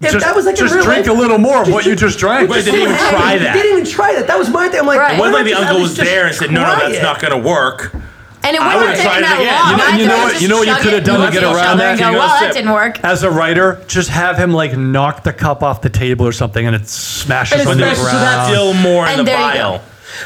Speaker 6: If
Speaker 5: Just-
Speaker 6: that was like in
Speaker 5: just
Speaker 6: real
Speaker 5: drink
Speaker 6: life-
Speaker 5: a little more of what you just drank.
Speaker 3: But they didn't even
Speaker 6: Hey,
Speaker 3: try that.
Speaker 6: They didn't even try that. That was my thing. I'm like,
Speaker 4: Right.
Speaker 6: why
Speaker 3: It wasn't like the
Speaker 6: not just at
Speaker 3: uncle
Speaker 6: least
Speaker 3: was
Speaker 6: just
Speaker 3: there and said, no, no,
Speaker 6: try
Speaker 3: that's
Speaker 6: it?"
Speaker 3: not going to work.
Speaker 4: And it
Speaker 3: I
Speaker 4: wouldn't have
Speaker 3: would've
Speaker 4: taken
Speaker 3: tried it
Speaker 4: that
Speaker 3: again.
Speaker 4: long.
Speaker 3: You know-
Speaker 4: I
Speaker 5: you
Speaker 4: could've
Speaker 5: know what-
Speaker 4: just
Speaker 5: you know what you
Speaker 4: chugged
Speaker 5: could've
Speaker 4: it
Speaker 5: done to
Speaker 4: onto
Speaker 5: get
Speaker 4: each
Speaker 5: around
Speaker 4: other
Speaker 5: that?
Speaker 4: and
Speaker 5: You
Speaker 4: Go,
Speaker 5: know,
Speaker 4: well, that
Speaker 3: sip.
Speaker 4: didn't work.
Speaker 5: As a writer, just have him like knock the cup off the table or something, and it smashes
Speaker 6: And it
Speaker 5: on the ground.
Speaker 6: smashes, so that's-
Speaker 3: Still more in
Speaker 4: And
Speaker 3: the
Speaker 4: there you
Speaker 3: vial.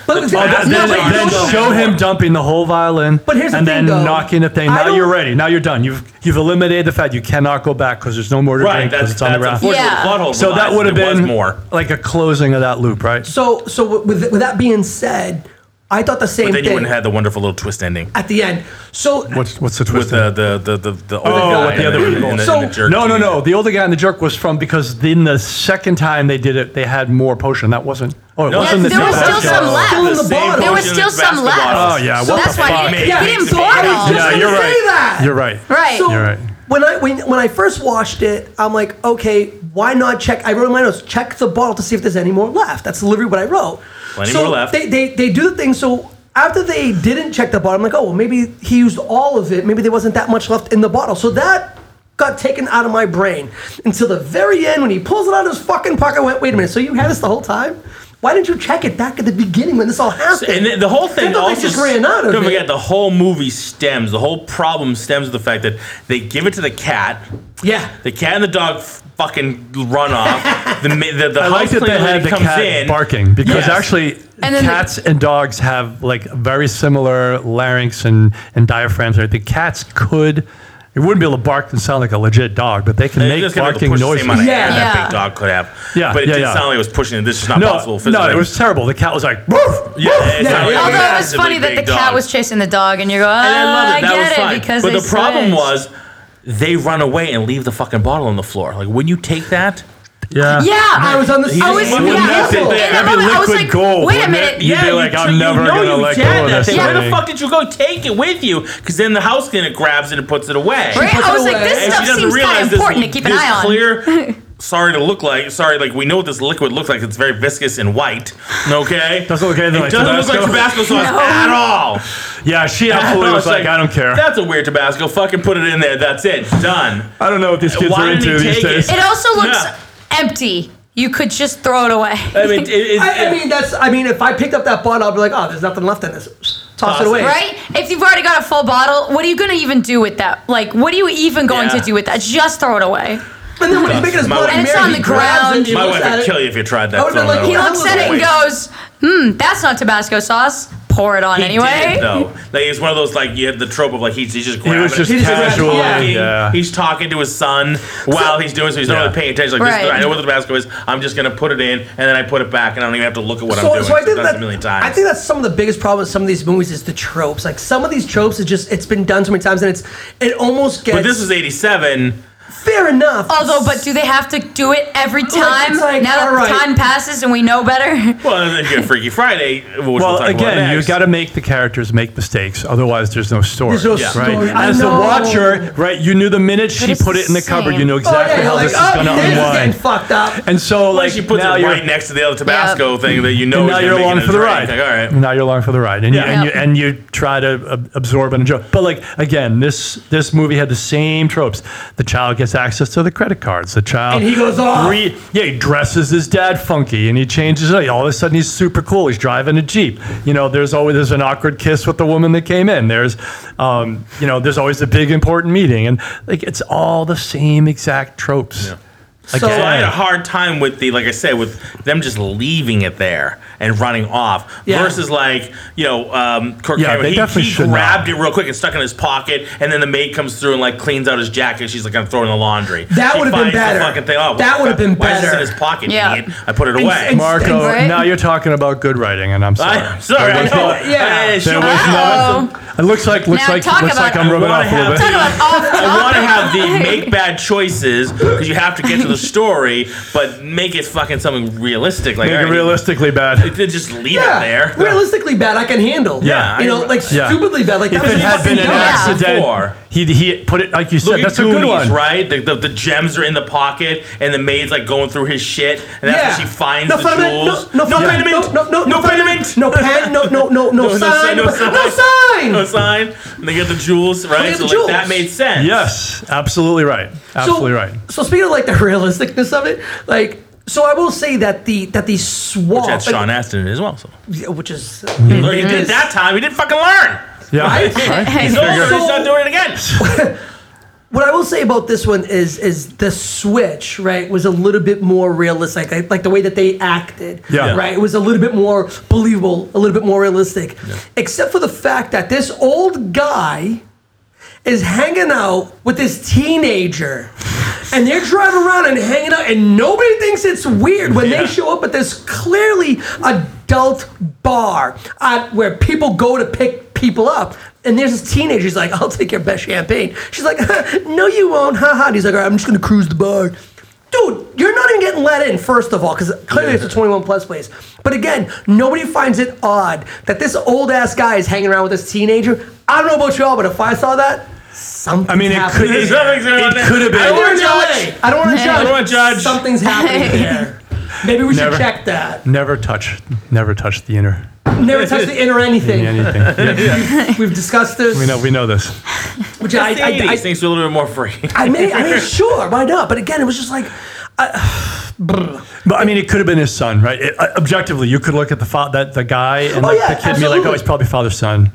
Speaker 6: But,
Speaker 5: Oh, that-
Speaker 3: No,
Speaker 5: then,
Speaker 3: but you
Speaker 5: then
Speaker 3: don't-
Speaker 5: show him dumping the whole violin,
Speaker 6: But here's the
Speaker 5: and then
Speaker 6: thing, though.
Speaker 5: knocking the thing.
Speaker 6: I
Speaker 5: Now
Speaker 6: don't-
Speaker 5: you're ready. Now you're done. You've you've eliminated the fact you cannot go back because there's no more to
Speaker 3: Right,
Speaker 5: drink
Speaker 3: that's,
Speaker 5: because it's on the
Speaker 3: that's
Speaker 5: ground.
Speaker 3: unfortunately
Speaker 4: Yeah.
Speaker 3: the plot hole
Speaker 5: So that
Speaker 3: provides,
Speaker 5: would have
Speaker 3: there was
Speaker 5: been
Speaker 3: more.
Speaker 5: like a closing of that loop, right?
Speaker 6: so so with, with that being said, I thought the same
Speaker 3: But then you
Speaker 6: thing
Speaker 3: wouldn't have had the wonderful little twist ending
Speaker 6: at the end. So
Speaker 5: What's what's the
Speaker 3: with
Speaker 5: twist?
Speaker 3: the the the the, the older
Speaker 5: Oh,
Speaker 3: guy
Speaker 5: with the
Speaker 3: and
Speaker 5: other
Speaker 3: and
Speaker 5: people.
Speaker 3: and
Speaker 6: So-
Speaker 3: and jerk
Speaker 5: no, no,
Speaker 3: dude.
Speaker 5: no. The older guy and the jerk was from because then the second time they did it, they had more potion. That wasn't. Oh, it
Speaker 3: No,
Speaker 5: wasn't
Speaker 4: Yeah,
Speaker 5: the
Speaker 4: there was
Speaker 5: two
Speaker 4: still
Speaker 5: potions.
Speaker 4: some left.
Speaker 6: Still in the
Speaker 3: The same
Speaker 6: bottle.
Speaker 4: There was
Speaker 3: potion
Speaker 4: still
Speaker 3: as the
Speaker 4: some left.
Speaker 3: basketball.
Speaker 5: Oh yeah,
Speaker 4: So
Speaker 5: what
Speaker 4: that's
Speaker 5: the
Speaker 4: why
Speaker 5: fuck?
Speaker 4: he didn't,
Speaker 3: Yeah,
Speaker 4: he didn't
Speaker 3: it's-
Speaker 4: pour it
Speaker 3: I was
Speaker 4: all.
Speaker 6: just-
Speaker 5: Yeah,
Speaker 6: gonna
Speaker 5: you're
Speaker 6: say
Speaker 5: right.
Speaker 6: that.
Speaker 5: You're right.
Speaker 4: Right.
Speaker 6: So
Speaker 5: You're right.
Speaker 6: when I when, when I first watched it, I'm like, okay, why not check? I wrote in my notes, check the bottle to see if there's any more left. That's literally what I wrote.
Speaker 3: Plenty
Speaker 6: so
Speaker 3: more left.
Speaker 6: They, they they do the thing. So after they didn't check the bottle, I'm like, oh well, maybe he used all of it. Maybe there wasn't that much left in the bottle. So that got taken out of my brain until the very end when he pulls it out of his fucking pocket. I went, wait a minute. So you had this the whole time? Why didn't you check it back at the beginning when this all happened?
Speaker 3: And the, the whole thing
Speaker 6: I thought
Speaker 3: also
Speaker 6: they just ran out of
Speaker 3: Don't
Speaker 6: it.
Speaker 3: forget the whole movie stems. The whole problem stems with the fact that they give it to the cat.
Speaker 6: yeah.
Speaker 3: The cat and the dog f- fucking run off. the ma- the, the
Speaker 5: I like
Speaker 3: house
Speaker 5: that they
Speaker 3: cleaning
Speaker 5: had
Speaker 3: lady
Speaker 5: the
Speaker 3: comes
Speaker 5: cat
Speaker 3: in.
Speaker 5: barking because
Speaker 3: Yes.
Speaker 5: actually
Speaker 4: And then the-
Speaker 5: cats and dogs have like very similar larynx and, and diaphragms. Right? The cats could It wouldn't be able to bark and sound like a legit dog, but they can
Speaker 3: They
Speaker 5: make
Speaker 3: just gonna
Speaker 5: barking
Speaker 3: push the
Speaker 5: noises.
Speaker 3: same amount of
Speaker 6: noises.
Speaker 3: air that
Speaker 4: Yeah.
Speaker 3: big dog could have.
Speaker 5: Yeah,
Speaker 3: but it
Speaker 5: yeah,
Speaker 3: did
Speaker 5: yeah.
Speaker 3: sound like it was pushing it. This is not possible.
Speaker 5: No,
Speaker 3: Physically.
Speaker 5: no, it was terrible. The cat was like, "Woof!"
Speaker 3: Yeah, it
Speaker 6: Yeah,
Speaker 3: sounded like
Speaker 6: yeah.
Speaker 3: a
Speaker 4: Although it was
Speaker 3: massively
Speaker 4: funny that the
Speaker 3: big
Speaker 4: cat
Speaker 3: dog.
Speaker 4: was chasing the dog, and you go, oh,
Speaker 3: And I loved
Speaker 4: I,
Speaker 3: it. That was
Speaker 4: get
Speaker 3: fine.
Speaker 4: it because
Speaker 3: but
Speaker 4: they
Speaker 3: the problem
Speaker 4: switched.
Speaker 3: was they run away and leave the fucking bottle on the floor. Like when you take that,
Speaker 5: Yeah,
Speaker 4: Yeah,
Speaker 6: I was on the
Speaker 4: I was, yeah,
Speaker 6: same
Speaker 5: Wouldn't that be-
Speaker 4: in
Speaker 5: that'd
Speaker 4: that
Speaker 5: be
Speaker 4: moment, I was
Speaker 5: liquid
Speaker 4: like,
Speaker 5: gold,
Speaker 4: wait a
Speaker 5: wouldn't it?
Speaker 4: minute.
Speaker 5: You'd be like, I'm
Speaker 3: took-
Speaker 5: never
Speaker 3: know
Speaker 5: gonna
Speaker 3: you
Speaker 5: let
Speaker 3: did
Speaker 5: go of
Speaker 3: that
Speaker 5: this
Speaker 3: thing. Where the
Speaker 5: thing.
Speaker 3: fuck did you go take it with you? Because then the house cleaner grabs it and puts it away.
Speaker 4: Right?
Speaker 6: puts
Speaker 4: I
Speaker 6: it
Speaker 4: was like,
Speaker 6: away.
Speaker 4: this
Speaker 3: And
Speaker 4: stuff
Speaker 3: she doesn't
Speaker 4: seems kind
Speaker 3: realize
Speaker 4: of
Speaker 3: this,
Speaker 4: important to keep an
Speaker 3: this
Speaker 4: eye on.
Speaker 3: clear. Sorry to look like. Sorry, like we know what this liquid looks like. It's very viscous and white. Okay,
Speaker 5: Doesn't look anything
Speaker 3: It
Speaker 5: like
Speaker 3: doesn't look like Tabasco
Speaker 5: Tabasco.
Speaker 3: sauce
Speaker 4: No.
Speaker 3: at all.
Speaker 5: yeah. She absolutely
Speaker 3: I
Speaker 5: was like, "I don't care."
Speaker 3: That's a weird Tabasco. Fucking put it in there. That's it. Done.
Speaker 5: I don't know what these kids
Speaker 3: Why
Speaker 5: are
Speaker 3: did he
Speaker 5: into these
Speaker 3: take it?
Speaker 5: days.
Speaker 4: It also looks
Speaker 3: Yeah.
Speaker 4: empty. You could just throw it away.
Speaker 3: I mean, it, it,
Speaker 6: I, I mean, that's. I mean, if I picked up that bottle, I'd be like, oh, there's nothing left in this. Toss,
Speaker 3: Toss
Speaker 6: it
Speaker 3: it.
Speaker 6: away.
Speaker 4: Right? If you've already got a full bottle, what are you going to even do with that? Like, what are you even going
Speaker 3: Yeah.
Speaker 4: to do with that? Just throw it away.
Speaker 6: And then when he's making his
Speaker 3: My wife-
Speaker 6: bloody Mary,
Speaker 4: And it's on
Speaker 6: he
Speaker 4: the
Speaker 6: grabs
Speaker 4: ground.
Speaker 6: it, he
Speaker 3: my
Speaker 6: looks
Speaker 3: wife
Speaker 6: at
Speaker 3: would
Speaker 6: it.
Speaker 3: kill you if you tried that.
Speaker 6: I would've been
Speaker 3: throwing
Speaker 6: like,
Speaker 3: that
Speaker 6: he
Speaker 4: He
Speaker 3: away.
Speaker 4: looks at it and goes, hmm, that's not Tabasco sauce. Pour it on
Speaker 3: He
Speaker 4: anyway.
Speaker 3: did, though. Like it's one of those like you have the trope of like he's, he's just grabbing.
Speaker 5: was just
Speaker 3: it.
Speaker 5: casual,
Speaker 3: talking,
Speaker 5: yeah.
Speaker 3: He's talking to his son while he's doing so. He's not
Speaker 5: Yeah.
Speaker 3: really paying attention. Like this is-
Speaker 4: Right.
Speaker 3: I know what the Tabasco is. I'm just gonna put it in and then I put it back and I don't even have to look at what I'm
Speaker 6: So,
Speaker 3: doing.
Speaker 6: so I think
Speaker 3: I've done
Speaker 6: that
Speaker 3: this a million times.
Speaker 6: I think that's some of the biggest problem with some of these movies is the tropes. Like some of these tropes is just it's been done so many times and it's it almost gets
Speaker 3: but this is '87.
Speaker 6: fair enough.
Speaker 4: Although, but do they have to do it every time?
Speaker 6: it's like,
Speaker 4: now that
Speaker 6: all right.
Speaker 4: time passes and we know better?
Speaker 3: Well, and then you have Freaky Friday. Which we'll,
Speaker 5: Well,
Speaker 3: talk about
Speaker 5: again, you
Speaker 3: next.
Speaker 5: got to make the characters make mistakes, otherwise there's no story.
Speaker 6: There's no
Speaker 5: right?
Speaker 6: story. I
Speaker 5: As the
Speaker 6: know.
Speaker 5: watcher, right, you knew the minute she
Speaker 4: it's
Speaker 5: put it in the cupboard,
Speaker 4: insane.
Speaker 5: you know
Speaker 6: oh, yeah,
Speaker 5: exactly
Speaker 6: you're
Speaker 5: how
Speaker 6: like,
Speaker 5: this is
Speaker 6: oh,
Speaker 5: going to
Speaker 6: this is getting
Speaker 5: unwind.
Speaker 6: fucked up.
Speaker 5: And so,
Speaker 3: Like
Speaker 5: like,
Speaker 3: she puts it
Speaker 5: now you're
Speaker 3: right next to the other Tabasco thing that you know.
Speaker 5: and
Speaker 3: is
Speaker 5: now
Speaker 3: gonna
Speaker 5: you're
Speaker 3: make it
Speaker 5: along
Speaker 3: a
Speaker 5: for the
Speaker 3: drink.
Speaker 5: ride.
Speaker 3: Like, all right.
Speaker 5: Now you're along for the ride, and you,
Speaker 3: Yeah.
Speaker 5: and you
Speaker 4: Yeah.
Speaker 5: and you try to ab- absorb and enjoy. But like again, this this movie had the same tropes. The child gets access to the credit cards. The child
Speaker 6: And he goes off.
Speaker 5: re- yeah, he dresses his dad funky, and he changes. it. All of a sudden, he's super cool. He's driving a jeep. You know, there's always there's an awkward kiss with the woman that came in. There's, um, you know, there's always a big important meeting, and like it's all the same exact tropes.
Speaker 6: So-
Speaker 3: So I had a
Speaker 5: Again.
Speaker 3: hard time with the, like I said, with them just leaving it there and running off.
Speaker 6: Yeah.
Speaker 3: Versus like, you know, um, Kirk
Speaker 5: Yeah,
Speaker 3: Cameron,
Speaker 5: they
Speaker 3: he,
Speaker 5: definitely
Speaker 3: he
Speaker 5: should
Speaker 3: grabbed
Speaker 5: not.
Speaker 3: it real quick and stuck it in his pocket, and then the maid comes through and like cleans out his jacket. She's like, I'm throwing the laundry.
Speaker 6: That
Speaker 3: She
Speaker 6: would've been
Speaker 3: finds the
Speaker 6: better.
Speaker 3: fucking thing. Oh, what
Speaker 6: That
Speaker 3: the
Speaker 6: would've
Speaker 3: fuck?
Speaker 6: been
Speaker 3: Why is this
Speaker 6: better.
Speaker 3: in his pocket,
Speaker 4: Yeah.
Speaker 3: idiot? I put it away.
Speaker 6: and-
Speaker 5: Marco,
Speaker 4: Right?
Speaker 5: now you're talking about good writing, and I'm sorry.
Speaker 3: I'm sorry. I
Speaker 5: There was
Speaker 3: know.
Speaker 5: no-
Speaker 6: yeah.
Speaker 3: Hey, she-
Speaker 5: There was
Speaker 4: Uh-oh.
Speaker 5: no. It looks like looks
Speaker 4: Now
Speaker 5: like
Speaker 4: talk
Speaker 5: looks like
Speaker 4: about-
Speaker 5: I'm rubbing
Speaker 3: Wanna
Speaker 5: off a
Speaker 3: have-
Speaker 5: little bit.
Speaker 4: Talk about off
Speaker 3: I want to
Speaker 4: topic.
Speaker 3: have the make bad choices because you have to get to the story, but make it fucking something realistic. Like
Speaker 5: Make
Speaker 3: all
Speaker 5: it
Speaker 3: right,
Speaker 5: realistically bad.
Speaker 3: they just leave
Speaker 6: yeah,
Speaker 3: it there.
Speaker 6: realistically bad, I can handle.
Speaker 5: Yeah.
Speaker 6: you know, like
Speaker 5: Yeah.
Speaker 6: stupidly bad, like
Speaker 5: If
Speaker 6: that was
Speaker 5: it had
Speaker 6: fucking
Speaker 5: been an
Speaker 6: dumb.
Speaker 4: Yeah.
Speaker 5: accident,
Speaker 3: Before.
Speaker 5: he he put it like you
Speaker 3: Look
Speaker 5: said. That's
Speaker 3: at
Speaker 5: a
Speaker 3: Goonies,
Speaker 5: good one.
Speaker 3: right? The, the, the gems are in the pocket, and the maid's like going through his shit, and that's
Speaker 6: Yeah.
Speaker 3: when she finds
Speaker 6: no
Speaker 3: the
Speaker 6: fundament,
Speaker 3: jewels.
Speaker 6: no, no, fundament,
Speaker 3: pediment,
Speaker 6: no, no, no,
Speaker 3: pediment,
Speaker 6: no pen, no, no, no, no sign, no sign.
Speaker 3: no sign. And they get the jewels, right? So
Speaker 6: get the
Speaker 3: like
Speaker 6: jewels.
Speaker 3: that made sense.
Speaker 5: Yes, absolutely right. Absolutely right.
Speaker 6: So speaking of like the realisticness of it, like so I will say that the that the swap,
Speaker 3: That's Sean Astin as well. So.
Speaker 6: Yeah, which Oh, is mm-hmm.
Speaker 3: Look, he did that time. He didn't fucking learn.
Speaker 5: Yeah.
Speaker 6: Right?
Speaker 3: He's old, so he's not doing it again.
Speaker 6: What I will say about this one is is the switch right was a little bit more realistic, like, like the way that they acted.
Speaker 5: Yeah.
Speaker 6: Right. It was a little bit more believable, a little bit more realistic, except for the fact that this old guy is hanging out with this teenager. And they're driving around and hanging out, and nobody thinks it's weird when
Speaker 3: Yeah.
Speaker 6: they show up at this clearly adult bar uh, where people go to pick people up. And there's this teenager, he's like, I'll take your best champagne. She's like, No, you won't, haha. And he's like, All right, I'm just gonna cruise the bar. Dude, you're not even getting let in, first of all, because clearly it's a 21 plus place. But again, nobody finds it odd that this old ass guy is hanging around with this teenager. I don't know about y'all, but if I saw that, something
Speaker 5: I mean, it could
Speaker 3: There's nothing going on
Speaker 5: it
Speaker 3: there.
Speaker 5: could have
Speaker 3: I don't
Speaker 5: been.
Speaker 3: wanna
Speaker 6: judge. I don't want to judge.
Speaker 3: don't wanna judge.
Speaker 6: Something's happening there. Maybe we
Speaker 5: Never.
Speaker 6: should check that.
Speaker 5: Never touch, never touch the inner
Speaker 6: Never touch the inner anything.
Speaker 5: anything. Yeah,
Speaker 6: We've discussed this.
Speaker 5: we know, we know this.
Speaker 6: Which I,
Speaker 3: It's
Speaker 6: I,
Speaker 3: the 80s.
Speaker 6: I,
Speaker 3: Things were a little bit more free.
Speaker 6: I mean, I mean, sure, why not? But again, it was just like,
Speaker 5: But I mean, it could have been his son, right? It, uh, objectively, you could look at the fa- that the guy and
Speaker 6: Oh,
Speaker 5: like,
Speaker 6: yeah,
Speaker 5: the kid, and be like,
Speaker 6: absolutely.
Speaker 5: "Oh, he's probably father's son."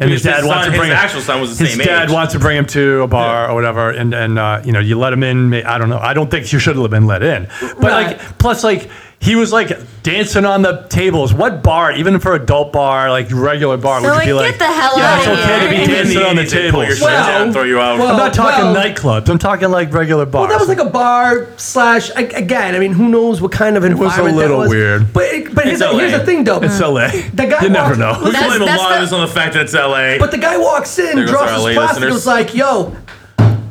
Speaker 5: And his
Speaker 3: His
Speaker 5: dad wants
Speaker 3: son-
Speaker 5: to bring
Speaker 3: his
Speaker 5: him-
Speaker 3: actual son was the
Speaker 5: his
Speaker 3: same
Speaker 5: dad
Speaker 3: age.
Speaker 5: wants to bring him to a bar or whatever, and and uh, you know you let him in. may- I don't know. I don't think you should have been let in. But
Speaker 6: Right.
Speaker 5: like, plus like He was like dancing on the tables. What bar, even for adult bar, like regular bar,
Speaker 4: So,
Speaker 5: would you
Speaker 4: like, get
Speaker 5: be like,
Speaker 4: the hell
Speaker 5: yeah, it's
Speaker 4: outta
Speaker 5: okay to
Speaker 4: here."
Speaker 5: be dancing on the
Speaker 3: They pull your
Speaker 5: tables.
Speaker 3: shit down, throw you out.
Speaker 5: I'm not talking
Speaker 6: Well-
Speaker 5: nightclubs. I'm talking like regular bars.
Speaker 6: Well, that was like a bar slash a- again. I mean, who knows what kind of
Speaker 5: was a
Speaker 6: environment
Speaker 5: little
Speaker 6: that was.
Speaker 5: weird.
Speaker 6: But it, but here's,
Speaker 3: It's
Speaker 6: the- here's
Speaker 3: LA.
Speaker 6: the thing though.
Speaker 5: it's LA.
Speaker 6: The guy
Speaker 5: you never
Speaker 6: walked-
Speaker 5: know.
Speaker 3: We can
Speaker 4: That's-
Speaker 3: blame a
Speaker 4: that's
Speaker 3: lot of
Speaker 4: the-
Speaker 3: this on the fact that it's LA.
Speaker 6: But the guy walks in,
Speaker 3: There goes
Speaker 6: drops
Speaker 3: our
Speaker 6: his
Speaker 3: LA
Speaker 6: plastic, and
Speaker 3: listeners.
Speaker 6: was like, yo,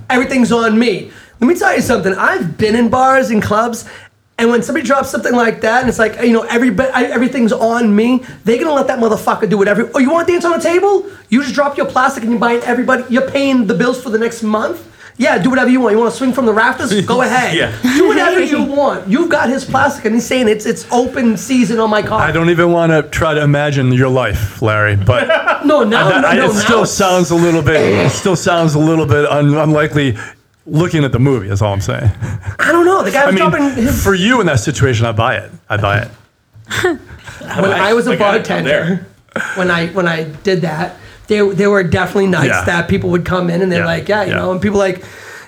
Speaker 6: everything's on me. Let me tell you something. I've been in bars and clubs, and when somebody drops something like that, and it's like, you know, every, I- everything's on me, they're going to let that motherfucker do whatever. Oh, you want to dance on the table? You just drop your plastic and you're buying everybody, you're paying the bills for the next month. Yeah, do whatever you want. You want to swing from the rafters? Go ahead.
Speaker 3: Yeah.
Speaker 6: Do whatever you want. You've got his plastic, and he's saying it's it's open season on my car.
Speaker 5: I don't even want to try to imagine your life, Larry, but.
Speaker 6: No, now,
Speaker 5: That- I-
Speaker 6: Oh, no,
Speaker 5: it
Speaker 6: now-
Speaker 5: still sounds a little bit. it still sounds a little bit un, unlikely. Looking at the movie is all I'm saying.
Speaker 6: I don't know. The
Speaker 5: I
Speaker 6: guy was dropping
Speaker 5: mean,
Speaker 6: his
Speaker 5: for you in that situation, I buy it. I buy it.
Speaker 6: when I was a
Speaker 3: Like, I'm there.
Speaker 6: bartender, when I when I did that, there there were definitely nights
Speaker 5: Yeah.
Speaker 6: that people would come in and they're
Speaker 5: Yeah,
Speaker 6: like, yeah, you
Speaker 5: yeah.
Speaker 6: know, and people like,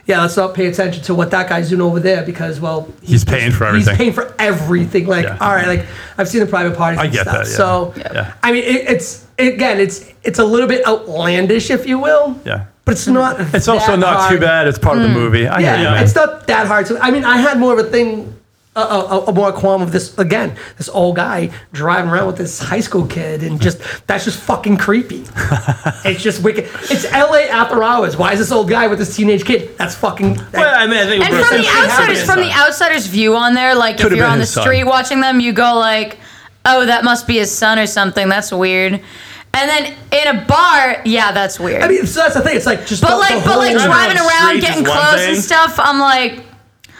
Speaker 6: yeah, let's not pay attention to what that guy's doing over there because well,
Speaker 5: He's paying for everything.
Speaker 6: He's paying for everything. Like,
Speaker 5: Yeah.
Speaker 6: all right, like I've seen the private parties.
Speaker 5: I
Speaker 6: and
Speaker 5: get
Speaker 6: stuff.
Speaker 5: that, yeah.
Speaker 6: So,
Speaker 5: Yeah.
Speaker 6: I mean, it, it's again, it's it's a little bit outlandish, if you will.
Speaker 5: Yeah.
Speaker 6: But it's not.
Speaker 5: It's also
Speaker 6: that
Speaker 5: not too
Speaker 6: hard. Hmm.
Speaker 5: bad. It's part of the movie. I hear
Speaker 6: Yeah,
Speaker 5: you, man.
Speaker 6: it's not that hard. So I mean, I had more of a thing, a, a, a more qualm of this again. This old guy driving around with this high school kid, and just that's just fucking creepy. it's just wicked. It's L.A. after hours. Why is this old guy with this teenage kid? That's fucking. That,
Speaker 3: Well, I mean, I think
Speaker 4: And
Speaker 3: we're
Speaker 4: from the
Speaker 3: essentially happy
Speaker 4: outsiders,
Speaker 3: it's
Speaker 4: from
Speaker 3: not.
Speaker 4: the outsiders' view on there, like
Speaker 5: Could've
Speaker 4: if you're
Speaker 5: been
Speaker 4: on the
Speaker 5: his son.
Speaker 4: street watching them, you go like, "Oh, that must be his son or something. That's weird." And then in a bar, yeah, that's weird.
Speaker 6: I mean, so that's the thing. It's like just. the-
Speaker 4: but
Speaker 6: the
Speaker 4: like, but like
Speaker 6: whole-
Speaker 3: Driving on
Speaker 4: driving
Speaker 3: the
Speaker 4: around,
Speaker 3: streets
Speaker 4: getting
Speaker 3: is one
Speaker 4: clothes and
Speaker 3: thing.
Speaker 4: stuff, I'm like,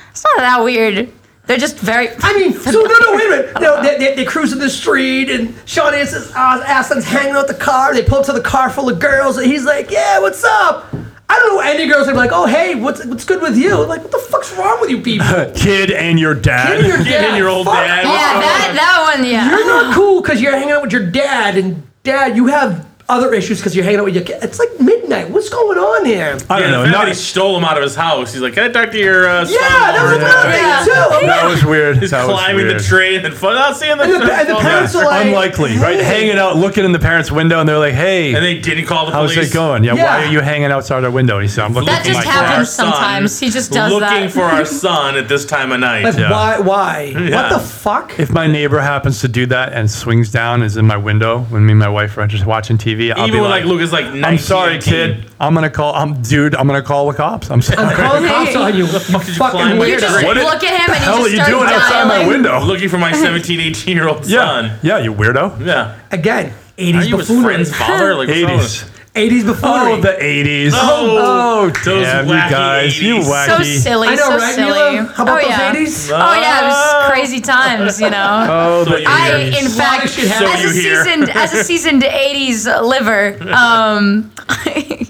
Speaker 4: it's not that weird. They're just very.
Speaker 6: I mean, so no, no, wait a minute. No, they, they, they cruising the street, and Sean Astin's, uh, Astin's hanging out the car. They pull up to the car full of girls, and he's like, "Yeah, what's up?" I don't know any girls that be like, "Oh, hey, what's what's good with you?" Like, what the fuck's wrong with you people?
Speaker 5: Kid and your dad.
Speaker 6: Kid and your
Speaker 3: Kid and
Speaker 6: dad.
Speaker 3: your old
Speaker 6: Fuck
Speaker 3: dad.
Speaker 4: yeah, that that one, yeah.
Speaker 6: You're not cool because you're hanging out with your dad, and dad, you have other issues because you're hanging out with your kid. It's like midnight. What's going on here?
Speaker 5: I
Speaker 3: Yeah,
Speaker 5: don't know.
Speaker 3: the fact that
Speaker 5: Not,
Speaker 3: he stole him out of his house. He's like, can I talk to your uh,
Speaker 6: Yeah, that was another
Speaker 4: Yeah.
Speaker 6: thing too. I'm
Speaker 5: that was weird.
Speaker 3: He's
Speaker 5: That was
Speaker 3: climbing
Speaker 5: weird.
Speaker 3: the train and fun. I'll see you in the,
Speaker 6: And the- and the
Speaker 3: phone.
Speaker 6: parents are like-
Speaker 5: Unlikely, right?
Speaker 6: Hey.
Speaker 5: Hanging out, looking in the parents' window, and they're like, "Hey,
Speaker 3: And they didn't call the
Speaker 5: how's
Speaker 3: police.
Speaker 5: it going? Yeah,
Speaker 6: Yeah.
Speaker 5: Why are you hanging outside our window?" He said, "I'm looking
Speaker 4: That
Speaker 5: for
Speaker 4: just
Speaker 5: my
Speaker 3: for
Speaker 5: car."
Speaker 3: our
Speaker 4: happens
Speaker 3: son,
Speaker 4: sometimes. He just does
Speaker 3: looking
Speaker 4: that.
Speaker 3: for our son at this time of night.
Speaker 6: like,
Speaker 5: Yeah.
Speaker 6: why? Why? What the fuck?
Speaker 5: If my neighbor happens to do that and swings down is in my window when me and my wife are just watching TV, I'll
Speaker 3: Even
Speaker 5: be
Speaker 3: when like,
Speaker 5: like,
Speaker 3: Luke is like 19,
Speaker 5: "I'm sorry,
Speaker 3: 18.
Speaker 5: kid. I'm gonna call. I'm dude. I'm gonna call the cops. I'm sorry."
Speaker 6: Call the cops on you.
Speaker 3: did you
Speaker 6: fucking
Speaker 3: climb
Speaker 6: weirdo.
Speaker 3: like
Speaker 4: you just
Speaker 5: What
Speaker 4: look
Speaker 5: it-
Speaker 4: at him
Speaker 5: the
Speaker 4: and
Speaker 5: hell
Speaker 4: you
Speaker 5: are
Speaker 4: just
Speaker 5: you
Speaker 4: start
Speaker 5: doing outside my
Speaker 4: dialing.
Speaker 5: window?
Speaker 3: I'm looking for my 17, 18 year old
Speaker 5: yeah,
Speaker 3: son.
Speaker 5: yeah, you weirdo.
Speaker 3: Yeah.
Speaker 6: Again,
Speaker 3: Are
Speaker 6: 80s
Speaker 3: you his friend's
Speaker 6: buffoonery.
Speaker 3: father? Like, what's wrong with-
Speaker 5: 80s.
Speaker 6: 80s buffoonery.
Speaker 5: Oh, the 80s.
Speaker 3: Oh, those
Speaker 5: damn, you
Speaker 3: wacky
Speaker 5: guys, you
Speaker 3: 80s.
Speaker 5: wacky.
Speaker 4: So silly,
Speaker 6: I know,
Speaker 4: so
Speaker 6: right,
Speaker 4: silly.
Speaker 6: Mila? How about
Speaker 4: oh,
Speaker 6: those
Speaker 4: yeah.
Speaker 6: 80s?
Speaker 4: Oh yeah, it
Speaker 5: Uh,
Speaker 4: was crazy times, you know.
Speaker 5: Oh,
Speaker 3: So
Speaker 5: the
Speaker 3: you
Speaker 4: I,
Speaker 3: hear-
Speaker 4: in fact,
Speaker 6: shit
Speaker 4: as
Speaker 6: happened.
Speaker 4: a
Speaker 3: So you hear.
Speaker 4: seasoned as a seasoned '80s liver, um,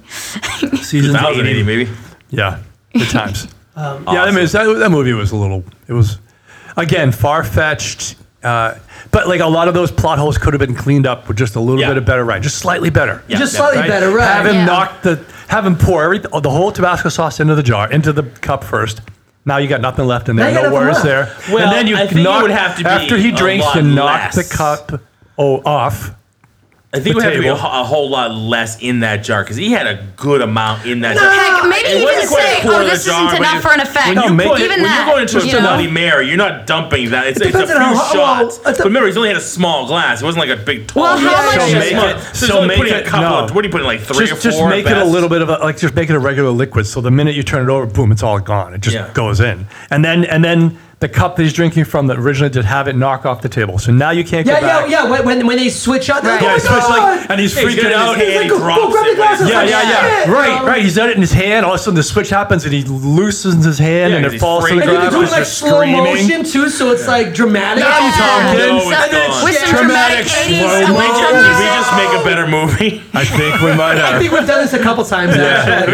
Speaker 5: seasons
Speaker 3: 2080 maybe.
Speaker 5: Yeah, the times.
Speaker 3: Um,
Speaker 5: yeah, I mean, it's- that, that movie was a little. It was, again, far fetched. Uh, but like a lot of those plot holes could have been cleaned up with just a little
Speaker 3: Yeah.
Speaker 5: bit of better writing, just slightly better.
Speaker 6: Just slightly better, right?
Speaker 5: Have him
Speaker 4: Yeah.
Speaker 5: knock the, have him pour every, oh, the whole Tabasco sauce into the jar, into the cup first. Now you got nothing left in there,
Speaker 6: Now you got
Speaker 5: no
Speaker 6: nothing
Speaker 5: words
Speaker 6: left.
Speaker 5: there.
Speaker 3: Well,
Speaker 5: and then you
Speaker 3: I think it
Speaker 5: knock,
Speaker 3: would have to be
Speaker 5: after he
Speaker 3: a
Speaker 5: drinks,
Speaker 3: lot
Speaker 5: you knock the
Speaker 3: less.
Speaker 5: cup oh off.
Speaker 3: I think it would
Speaker 5: The
Speaker 3: have to be a,
Speaker 5: table.
Speaker 3: wh- a whole lot less in that jar because he had a good amount in that jar.
Speaker 4: heck, maybe
Speaker 3: It
Speaker 4: even
Speaker 3: wasn't quite a
Speaker 4: say,
Speaker 3: quarter
Speaker 4: "Oh,
Speaker 3: of the
Speaker 4: this
Speaker 3: jar,
Speaker 4: isn't
Speaker 3: but
Speaker 4: enough
Speaker 3: you-
Speaker 4: for an effect."
Speaker 5: No, make
Speaker 3: put-
Speaker 5: it-
Speaker 4: even
Speaker 3: when
Speaker 4: that,
Speaker 3: you're going into
Speaker 4: you
Speaker 3: a
Speaker 4: know?
Speaker 3: Bloody Mary, you're not dumping that. It's, it's a
Speaker 6: depends
Speaker 3: few
Speaker 6: on how- well,
Speaker 3: shots.
Speaker 6: it
Speaker 3: but
Speaker 6: dep-
Speaker 3: remember, he's only had a small glass. It wasn't like a big tall.
Speaker 4: Well, how
Speaker 3: glass.
Speaker 4: much
Speaker 5: So
Speaker 4: is
Speaker 5: make
Speaker 4: it?
Speaker 5: it.
Speaker 3: So,
Speaker 5: So
Speaker 3: only
Speaker 5: make
Speaker 3: putting a
Speaker 5: it.
Speaker 3: couple.
Speaker 5: No.
Speaker 3: Of, what are you putting? Like three
Speaker 5: just,
Speaker 3: or four.
Speaker 5: just make
Speaker 3: at
Speaker 5: it a
Speaker 3: best?
Speaker 5: little bit of a like just make it a regular liquid so the minute you turn it over boom it's all gone it just
Speaker 3: Yeah.
Speaker 5: goes in and then and then the cup that he's drinking from that originally did have it knock off the table so now you can't
Speaker 6: yeah,
Speaker 5: go back
Speaker 6: yeah, yeah. When, when, when they switch out, they're
Speaker 4: Right.
Speaker 5: yeah
Speaker 6: like,
Speaker 5: it's
Speaker 6: oh my
Speaker 5: just
Speaker 6: God.
Speaker 5: like and he's
Speaker 3: Hey, he's
Speaker 5: freaking
Speaker 3: got
Speaker 5: out
Speaker 3: his hand.
Speaker 5: yeah
Speaker 3: and he
Speaker 6: He's like, go,
Speaker 3: drops
Speaker 6: go grab
Speaker 3: it
Speaker 6: the glasses.
Speaker 3: with-
Speaker 5: yeah
Speaker 6: I'm like,
Speaker 5: yeah
Speaker 6: shit,
Speaker 5: right
Speaker 6: um,
Speaker 5: right he's at it in his hand all of a sudden the switch happens and he loosens his hand
Speaker 3: Yeah, 'cause
Speaker 5: and
Speaker 3: he's
Speaker 5: it falls to
Speaker 3: freaking
Speaker 5: the
Speaker 6: And you
Speaker 5: ground
Speaker 6: can do it like
Speaker 5: just
Speaker 6: slow motion too, so it's like dramatic.
Speaker 5: Now you're talking.
Speaker 4: Yeah.
Speaker 5: No,
Speaker 3: it's
Speaker 4: Some-
Speaker 3: gone.
Speaker 4: with some dramatic
Speaker 5: Dramatic
Speaker 4: 80s electro
Speaker 5: slow-mo. Did we
Speaker 3: Did we
Speaker 4: music.
Speaker 3: just make a better movie?
Speaker 5: i think we might
Speaker 6: I
Speaker 5: have
Speaker 6: think we've done this a couple times actually.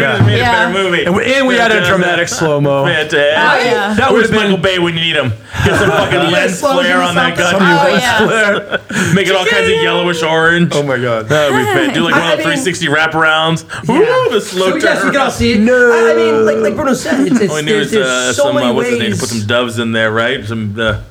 Speaker 3: we
Speaker 5: Yeah.
Speaker 3: just made
Speaker 4: Yeah.
Speaker 3: a better movie.
Speaker 5: and we, and we had a dramatic slow mo
Speaker 4: Oh,
Speaker 3: Fantastic.
Speaker 4: yeah.
Speaker 5: that would
Speaker 3: Where's
Speaker 5: have been
Speaker 3: Michael Bay when you need him? Get some fucking lens
Speaker 6: Explosion
Speaker 3: flare on that
Speaker 6: something.
Speaker 3: gun.
Speaker 5: Some
Speaker 4: Oh,
Speaker 5: US
Speaker 4: yeah.
Speaker 5: flair.
Speaker 3: Make it all kinds of yellowish orange.
Speaker 5: oh my god
Speaker 3: That would be fan- Do like
Speaker 6: I
Speaker 3: one of the
Speaker 6: mean-
Speaker 3: 360 wraparounds. Ooh, the slow
Speaker 6: So
Speaker 3: turn.
Speaker 6: yes, we can all see it.
Speaker 5: No.
Speaker 6: I, I mean, like, like Bruno said, it's, it's,
Speaker 3: All I knew
Speaker 6: there's,
Speaker 3: is uh,
Speaker 6: there's so
Speaker 3: some,
Speaker 6: many
Speaker 3: uh, what's his
Speaker 6: ways.
Speaker 3: name, to put some doves in there, right? Some, uh,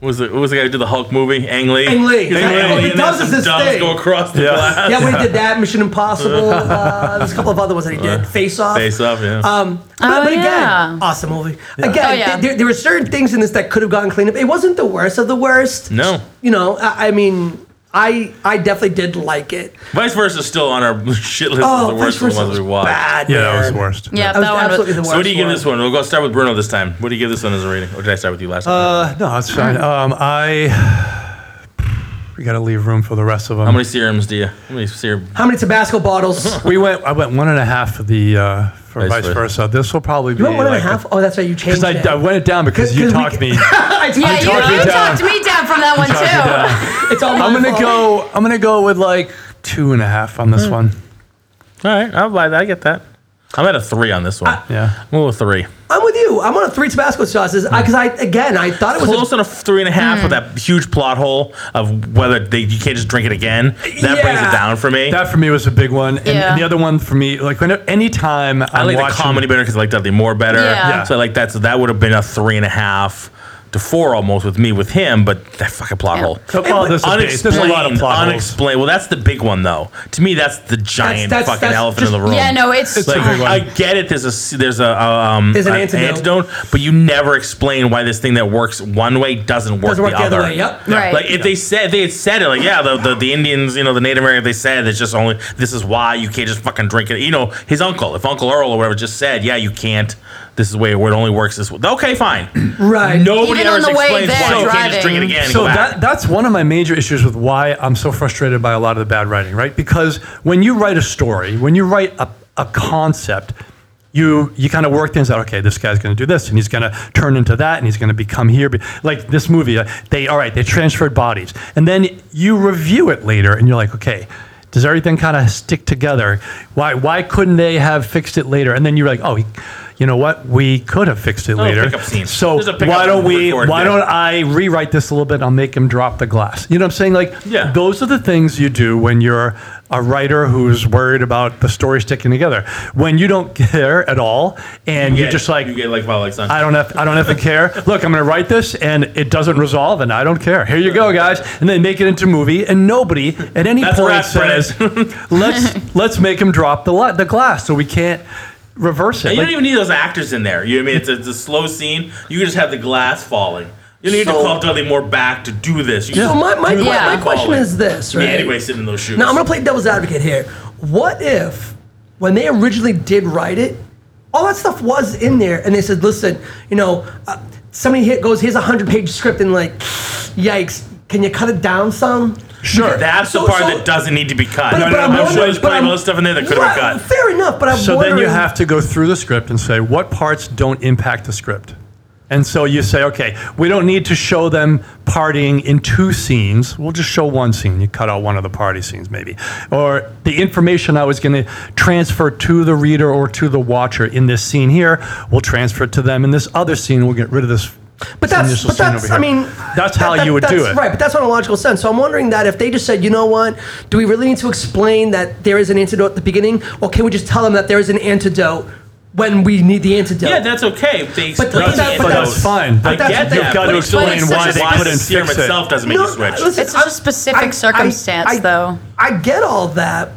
Speaker 3: What was the, what was the guy who did the Hulk movie? Ang Lee.
Speaker 6: Ang Lee. He's like, all he
Speaker 3: and
Speaker 6: does
Speaker 3: then
Speaker 6: is
Speaker 3: some
Speaker 6: this
Speaker 3: doves
Speaker 6: thing.
Speaker 3: go across the
Speaker 5: Yeah.
Speaker 3: glass.
Speaker 6: Yeah, when he did that, Mission Impossible. Uh, there's a couple of other ones that he did. Face Off.
Speaker 3: Uh, Face off, yeah.
Speaker 6: Um, but,
Speaker 4: Oh,
Speaker 6: but again,
Speaker 4: yeah.
Speaker 6: awesome movie.
Speaker 4: Oh,
Speaker 6: Again,
Speaker 4: yeah.
Speaker 6: th- there, there were certain things in this that could have gotten cleaned up. It wasn't the worst of the worst.
Speaker 3: No.
Speaker 6: You know, I, I mean, I I definitely did like it.
Speaker 3: Vice versa is still on our shit list
Speaker 6: Oh,
Speaker 3: of the worst of
Speaker 6: Vice versa
Speaker 3: the ones
Speaker 6: was
Speaker 3: we watched.
Speaker 6: Bad.
Speaker 5: Yeah, that was the
Speaker 6: man.
Speaker 5: worst.
Speaker 4: Yeah,
Speaker 6: That was
Speaker 4: that one
Speaker 6: absolutely
Speaker 4: was.
Speaker 6: the worst.
Speaker 3: So what do you give
Speaker 6: one.
Speaker 3: this one? We'll go start with Bruno this time. What do you give this one as a rating? Or did I start with you last time?
Speaker 5: Uh, no, it's fine. Um, I we gotta leave room for the rest of them.
Speaker 3: How many serums do you? How many serum?
Speaker 6: How many Tabasco bottles? you
Speaker 5: We went. I went one and a half for the uh, for
Speaker 3: Vice
Speaker 5: vice,
Speaker 3: versa.
Speaker 5: versa. This will probably be
Speaker 6: want one and a
Speaker 5: like
Speaker 6: half? Oh, that's right. You changed
Speaker 5: Because I,
Speaker 6: it.
Speaker 5: I went it down because
Speaker 6: 'Cause-
Speaker 5: you
Speaker 6: 'cause we
Speaker 5: talked me.
Speaker 6: I told
Speaker 4: Yeah,
Speaker 6: you.
Speaker 5: talked
Speaker 4: you,
Speaker 5: me
Speaker 4: you
Speaker 5: down.
Speaker 4: talked me down from that one
Speaker 5: talked me down.
Speaker 4: too.
Speaker 6: It's all my
Speaker 5: I'm gonna
Speaker 6: fault.
Speaker 5: go. I'm gonna go with like two and a half on
Speaker 6: Hmm.
Speaker 5: this one.
Speaker 3: All right, I'll buy that. I get that. I'm at a three on this one.
Speaker 5: Yeah.
Speaker 3: I'm a little three.
Speaker 6: I'm with you. I'm on a three Tabasco sauces because I, again I thought it was a-
Speaker 3: Close on a Hmm. three and a half with that huge plot hole of whether they, you can't just drink it again. That brings it
Speaker 6: Yeah.
Speaker 3: down for me.
Speaker 5: That for me was a big one, and,
Speaker 4: Yeah.
Speaker 5: the other one for me, like when any time I'm
Speaker 3: I like
Speaker 5: watching,
Speaker 3: the comedy better because I like Dudley Moore better.
Speaker 4: Yeah. Yeah.
Speaker 3: So like that's that would have been a three and a half to four almost with me with him, but that fucking plot
Speaker 4: Yeah.
Speaker 3: hole.
Speaker 5: Well, this is big. There's a lot of plot holes.
Speaker 3: unexplained. Well, that's the big one though. To me, that's the giant
Speaker 6: that's-
Speaker 3: fucking
Speaker 6: that's
Speaker 3: elephant in the
Speaker 6: just-
Speaker 3: room.
Speaker 4: Yeah, no, it's.
Speaker 5: It's
Speaker 3: Like,
Speaker 5: a big one.
Speaker 3: I get it. There's a there's a um
Speaker 6: There's an antidote.
Speaker 3: but you never explain why this thing that works one way doesn't work,
Speaker 6: Doesn't work
Speaker 3: the, other.
Speaker 6: way. Yep.
Speaker 4: Right.
Speaker 3: Like if they said they had said it, like yeah, the, the, the Indians, you know, the Native American, they said it's just only this is why you can't just fucking drink it. You know, his uncle, if Uncle Earl or whatever, just said yeah, you can't. This is the way it only works this way. Okay, fine.
Speaker 6: Right.
Speaker 3: Nobody
Speaker 4: Even
Speaker 3: ever
Speaker 4: on the way
Speaker 3: explains why
Speaker 4: there,
Speaker 3: you can't just drink it
Speaker 4: driving.
Speaker 3: again. and
Speaker 5: So
Speaker 3: go back.
Speaker 5: that, that's one of my major issues with why I'm so frustrated by a lot of the bad writing, right? Because when you write a story, when you write a, a concept, you you kind of work things out. Okay, this guy's going to do this, and he's going to turn into that, and he's going to become here. Be- Like this movie, uh, they all right, they transferred bodies, and then you review it later, and you're like, okay. Does everything kind of stick together? Why why couldn't they have fixed it later? And then you're like, oh, he- you know what? We could have fixed it later.
Speaker 3: Oh, pickup scene.
Speaker 5: So
Speaker 3: There's a pickup
Speaker 5: why don't
Speaker 3: scene
Speaker 5: we?
Speaker 3: recorded,
Speaker 5: Why
Speaker 3: yeah.
Speaker 5: don't I rewrite this a little bit. I'll make him drop the glass. You know what I'm saying? Like,
Speaker 3: Yeah.
Speaker 5: those are the things you do when you're a writer who's worried about the story sticking together. When you don't care at all, and you are
Speaker 3: Yeah,
Speaker 5: just like,
Speaker 3: you get like Violet's son.
Speaker 5: I don't have, I don't have to care. Look, I'm going to write this, and it doesn't resolve, and I don't care. Here you go, guys. And they make it into a movie, and nobody at any
Speaker 3: That's a
Speaker 5: point
Speaker 3: wrap,
Speaker 5: says, let's let's make him drop the la- the glass, so we can't reverse it.
Speaker 3: And you
Speaker 5: Like,
Speaker 3: don't even need those actors in there. You know what I mean? It's a, it's a slow scene. You can just have the glass falling. You don't need to
Speaker 6: So-
Speaker 3: call Dudley Moore back to do this. You
Speaker 6: So
Speaker 3: just
Speaker 6: my, my,
Speaker 3: do
Speaker 6: my,
Speaker 4: Yeah.
Speaker 3: the
Speaker 6: my question
Speaker 3: falling.
Speaker 6: is this, right?
Speaker 3: Yeah, anyway, sit in those shoes.
Speaker 6: Now I'm gonna play devil's advocate here. What if when they originally did write it, all that stuff was in there, and they said, "Listen, you know, uh, somebody hit goes here's a hundred page script, and like, yikes, can you cut it down some?"
Speaker 5: sure.
Speaker 3: That's the
Speaker 6: So-
Speaker 3: part
Speaker 6: so-
Speaker 3: that doesn't need to be cut.
Speaker 6: But- but
Speaker 5: I'm
Speaker 3: I'm sure
Speaker 6: wondering-
Speaker 3: there's
Speaker 6: but
Speaker 3: probably
Speaker 6: I'm-
Speaker 3: all this stuff in there that could have
Speaker 6: Right,
Speaker 3: been cut.
Speaker 6: Fair enough, but I'm
Speaker 5: So then you
Speaker 6: wondering-
Speaker 5: have to go through the script and say what parts don't impact the script. And so you say, okay, we don't need to show them partying in two scenes. We'll just show one scene. You cut out one of the party scenes, maybe. Or the information I was going to transfer to the reader or to the watcher in this scene here, we'll transfer it to them in this other scene. We'll get rid of this.
Speaker 6: But that's,
Speaker 5: initial
Speaker 6: but
Speaker 5: scene
Speaker 6: that's
Speaker 5: over
Speaker 6: I
Speaker 5: here.
Speaker 6: mean,
Speaker 5: that's
Speaker 6: that-
Speaker 5: how
Speaker 6: that-
Speaker 5: you would do
Speaker 6: that's
Speaker 5: it.
Speaker 6: Right, but that's not a logical sense. So I'm wondering that if they just said, you know what, do we really need to explain that there is an antidote at the beginning, or can we just tell them that there is an antidote when we need the antidote?
Speaker 3: Yeah, that's okay. They
Speaker 6: But
Speaker 3: explain
Speaker 6: that's-
Speaker 3: the
Speaker 6: but that's
Speaker 3: antidotes.
Speaker 5: fine. But
Speaker 3: I
Speaker 5: that's-
Speaker 3: get
Speaker 6: you've
Speaker 3: that.
Speaker 5: got
Speaker 3: but
Speaker 5: to
Speaker 3: it's like
Speaker 4: explain why
Speaker 3: such a-
Speaker 4: they
Speaker 3: why
Speaker 4: put
Speaker 3: the
Speaker 5: in
Speaker 3: serum
Speaker 5: fix it.
Speaker 3: itself doesn't make you switch.
Speaker 6: listen,
Speaker 4: It's just a specific circumstance, though.
Speaker 6: I get all that.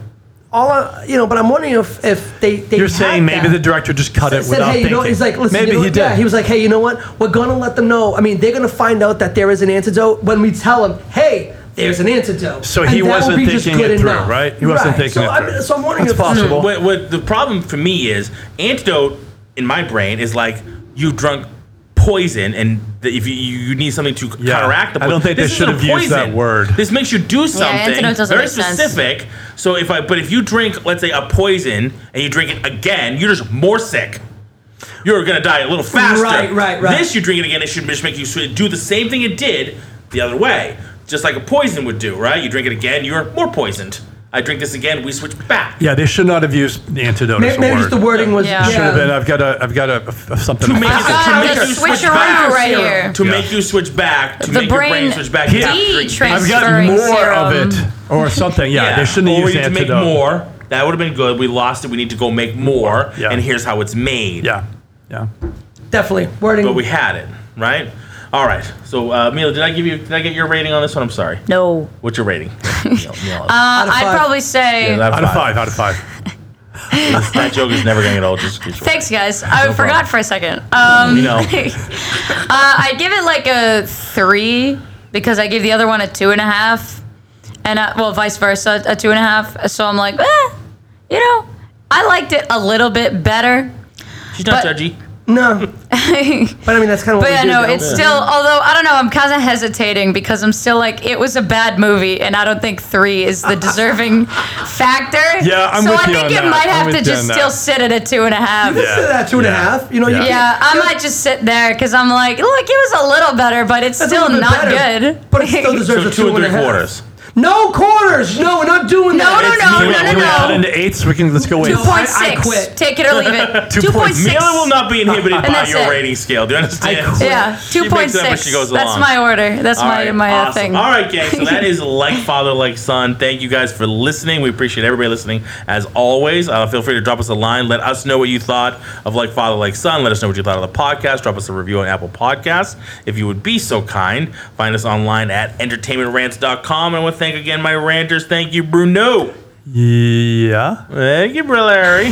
Speaker 6: All I, you know, but I'm wondering if if they, they
Speaker 5: You're
Speaker 6: had
Speaker 5: saying maybe
Speaker 6: that.
Speaker 5: the director just cut it
Speaker 6: said,
Speaker 5: without
Speaker 6: hey, you know,
Speaker 5: thinking.
Speaker 6: he's like, listen,
Speaker 5: maybe
Speaker 6: you know
Speaker 5: he
Speaker 6: what?
Speaker 5: did.
Speaker 6: Yeah, he was like, hey, you know what? We're gonna let them know. I mean, they're gonna find out that there is an antidote when we tell them, hey, there's an antidote.
Speaker 5: So
Speaker 6: And
Speaker 5: he
Speaker 6: that will
Speaker 5: wasn't
Speaker 6: be just
Speaker 5: thinking
Speaker 6: good
Speaker 5: it through,
Speaker 6: enough.
Speaker 5: right? He wasn't
Speaker 6: Right.
Speaker 5: thinking
Speaker 6: so
Speaker 5: it
Speaker 6: I'm-
Speaker 5: through.
Speaker 6: so I'm wondering
Speaker 5: That's
Speaker 6: if
Speaker 5: possible. Well-
Speaker 3: What, what the problem for me is, antidote in my brain is like you've drunk poison, and the, if you, you you need something to
Speaker 5: Yeah.
Speaker 3: counteract the
Speaker 5: I don't
Speaker 3: poison.
Speaker 5: think they
Speaker 3: This
Speaker 5: should
Speaker 3: isn't
Speaker 5: have used that
Speaker 3: poison.
Speaker 5: word.
Speaker 3: This makes you do something
Speaker 4: antidote doesn't
Speaker 3: very
Speaker 4: make sense.
Speaker 3: specific. So if I, but if you drink, let's say a poison, and you drink it again, you're just more sick. You're gonna die a little faster.
Speaker 6: Right, right, right.
Speaker 3: This you drink it again, it should just make you sweat. Do the same thing it did the other way, just like a poison would do. Right? You drink it again, you're more poisoned. I drink this again, we switch back.
Speaker 5: yeah, they should not have used the antidote as
Speaker 6: Maybe,
Speaker 5: a
Speaker 6: maybe
Speaker 5: word.
Speaker 6: just the wording was.
Speaker 4: Yeah.
Speaker 5: Should have been.
Speaker 3: um,
Speaker 5: I've got a. I've got a, a something.
Speaker 3: To make it-
Speaker 4: Ah,
Speaker 3: to make
Speaker 4: the
Speaker 3: you switch
Speaker 4: switcheroo
Speaker 3: back.
Speaker 4: right here.
Speaker 3: to
Speaker 5: Yeah.
Speaker 3: make you switch back, to
Speaker 4: The
Speaker 3: make your brain
Speaker 4: brain
Speaker 3: switch back.
Speaker 4: Yeah.
Speaker 3: Yeah.
Speaker 5: I've got
Speaker 4: transferring
Speaker 5: more
Speaker 4: serum.
Speaker 5: of it or something. Yeah, they shouldn't
Speaker 3: or
Speaker 5: have
Speaker 3: we
Speaker 5: used
Speaker 3: need to
Speaker 5: antidote.
Speaker 3: make more. That would have been good. We lost it. We need to go make more.
Speaker 5: Yeah.
Speaker 3: And here's how it's made.
Speaker 5: Yeah, yeah.
Speaker 6: Definitely wording.
Speaker 3: But we had it, right? All right. So, uh, Mila, did I give you? Did I get your rating on this one? I'm sorry.
Speaker 4: No.
Speaker 3: What's your rating? Mila, Mila,
Speaker 4: Uh,
Speaker 6: of
Speaker 4: I'd
Speaker 6: five.
Speaker 4: probably say
Speaker 3: yeah,
Speaker 5: Out of five, out of five.
Speaker 3: That joke is never gonna get old. Just just-
Speaker 4: thanks, guys. I
Speaker 3: No problem.
Speaker 4: forgot for a second. Um,
Speaker 3: We know.
Speaker 4: uh, I'd give it like a three because I gave the other one a two and a half, and uh well, vice versa, a two and a half. So I'm like, eh, you know, I liked it a little bit better.
Speaker 3: She's not
Speaker 4: but-
Speaker 3: judgy.
Speaker 6: No,
Speaker 4: but
Speaker 6: but I mean that's kind of what
Speaker 4: yeah,
Speaker 6: we do.
Speaker 4: no,
Speaker 6: though.
Speaker 4: it's still. Although I don't know, I'm kind of hesitating because I'm still like, it was a bad movie, and I don't think three is the deserving factor.
Speaker 5: Yeah, I'm
Speaker 4: so
Speaker 5: with
Speaker 4: I
Speaker 5: you
Speaker 4: think
Speaker 5: on
Speaker 4: it
Speaker 5: that.
Speaker 4: might
Speaker 5: I'm
Speaker 4: have to
Speaker 5: with you
Speaker 4: just
Speaker 5: on
Speaker 4: still
Speaker 5: that.
Speaker 4: sit at a two and a half. Yeah.
Speaker 6: Consider that two and a
Speaker 5: Yeah.
Speaker 6: half. You know, you
Speaker 5: Yeah.
Speaker 6: can't-
Speaker 4: I might just sit there because I'm like, look, it was a little better, but it's
Speaker 6: that's a
Speaker 4: still
Speaker 6: little bit
Speaker 4: not
Speaker 6: better,
Speaker 4: good.
Speaker 6: But it still deserves
Speaker 3: So
Speaker 6: a two
Speaker 3: two and three
Speaker 6: a half.
Speaker 3: quarters.
Speaker 6: No quarters. No, we're not doing
Speaker 4: No,
Speaker 6: that.
Speaker 4: no,
Speaker 6: It's-
Speaker 4: no,
Speaker 5: Can
Speaker 4: no,
Speaker 5: we-
Speaker 4: no,
Speaker 5: can we add
Speaker 4: no.
Speaker 5: into eights? We can, let's go eight.
Speaker 6: No, I- I
Speaker 4: 2.6.
Speaker 6: quit.
Speaker 4: Take it or leave it.
Speaker 5: Two point-
Speaker 4: 2.6.
Speaker 3: Mila will not be inhibited by
Speaker 4: that's
Speaker 3: your
Speaker 4: it.
Speaker 3: rating scale. Do you understand?
Speaker 6: I quit.
Speaker 4: Yeah,
Speaker 3: She
Speaker 4: two
Speaker 3: makes it up
Speaker 4: point
Speaker 3: as
Speaker 4: six.
Speaker 3: she goes
Speaker 4: That's
Speaker 3: along.
Speaker 4: my order. That's
Speaker 3: All
Speaker 4: my
Speaker 3: right,
Speaker 4: my uh
Speaker 3: awesome.
Speaker 4: thing.
Speaker 3: All right, gang. So that is like father, like son. Thank you guys for listening. We appreciate everybody listening as always. Uh, feel free to drop us a line. Let us know what you thought of like father, like son. Let us know what you thought of the podcast. Drop us a review on Apple Podcasts if you would be so kind. Find us online at entertainmentrants.com. And I want to thank again my ranters. Thank you, Bruno.
Speaker 5: Yeah.
Speaker 3: Thank you, Larry.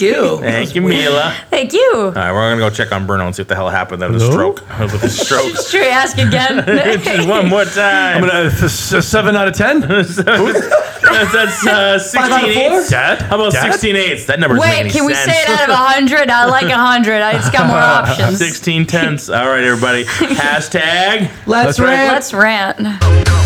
Speaker 6: you.
Speaker 3: Thank you, Mila.
Speaker 4: Thank you.
Speaker 3: All right, we're gonna go check on Bruno and see what the hell happened out of the
Speaker 5: Hello?
Speaker 3: stroke. With the stroke.
Speaker 4: Should we ask again?
Speaker 3: Just one more time.
Speaker 5: I'm gonna uh, s- s- seven out of ten.
Speaker 3: That's, that's uh,
Speaker 6: Five out
Speaker 3: 16
Speaker 6: of four?
Speaker 3: eighths. How about 16 eighths? That number doesn't
Speaker 4: Wait,
Speaker 3: make
Speaker 4: can
Speaker 3: any
Speaker 4: we
Speaker 3: sense.
Speaker 4: say it out of hundred? I like hundred. I just got more options.
Speaker 3: 16 tenths. All right, everybody. Hashtag.
Speaker 6: Let's,
Speaker 5: Let's
Speaker 6: rant.
Speaker 4: Let's rant.
Speaker 7: Go, go,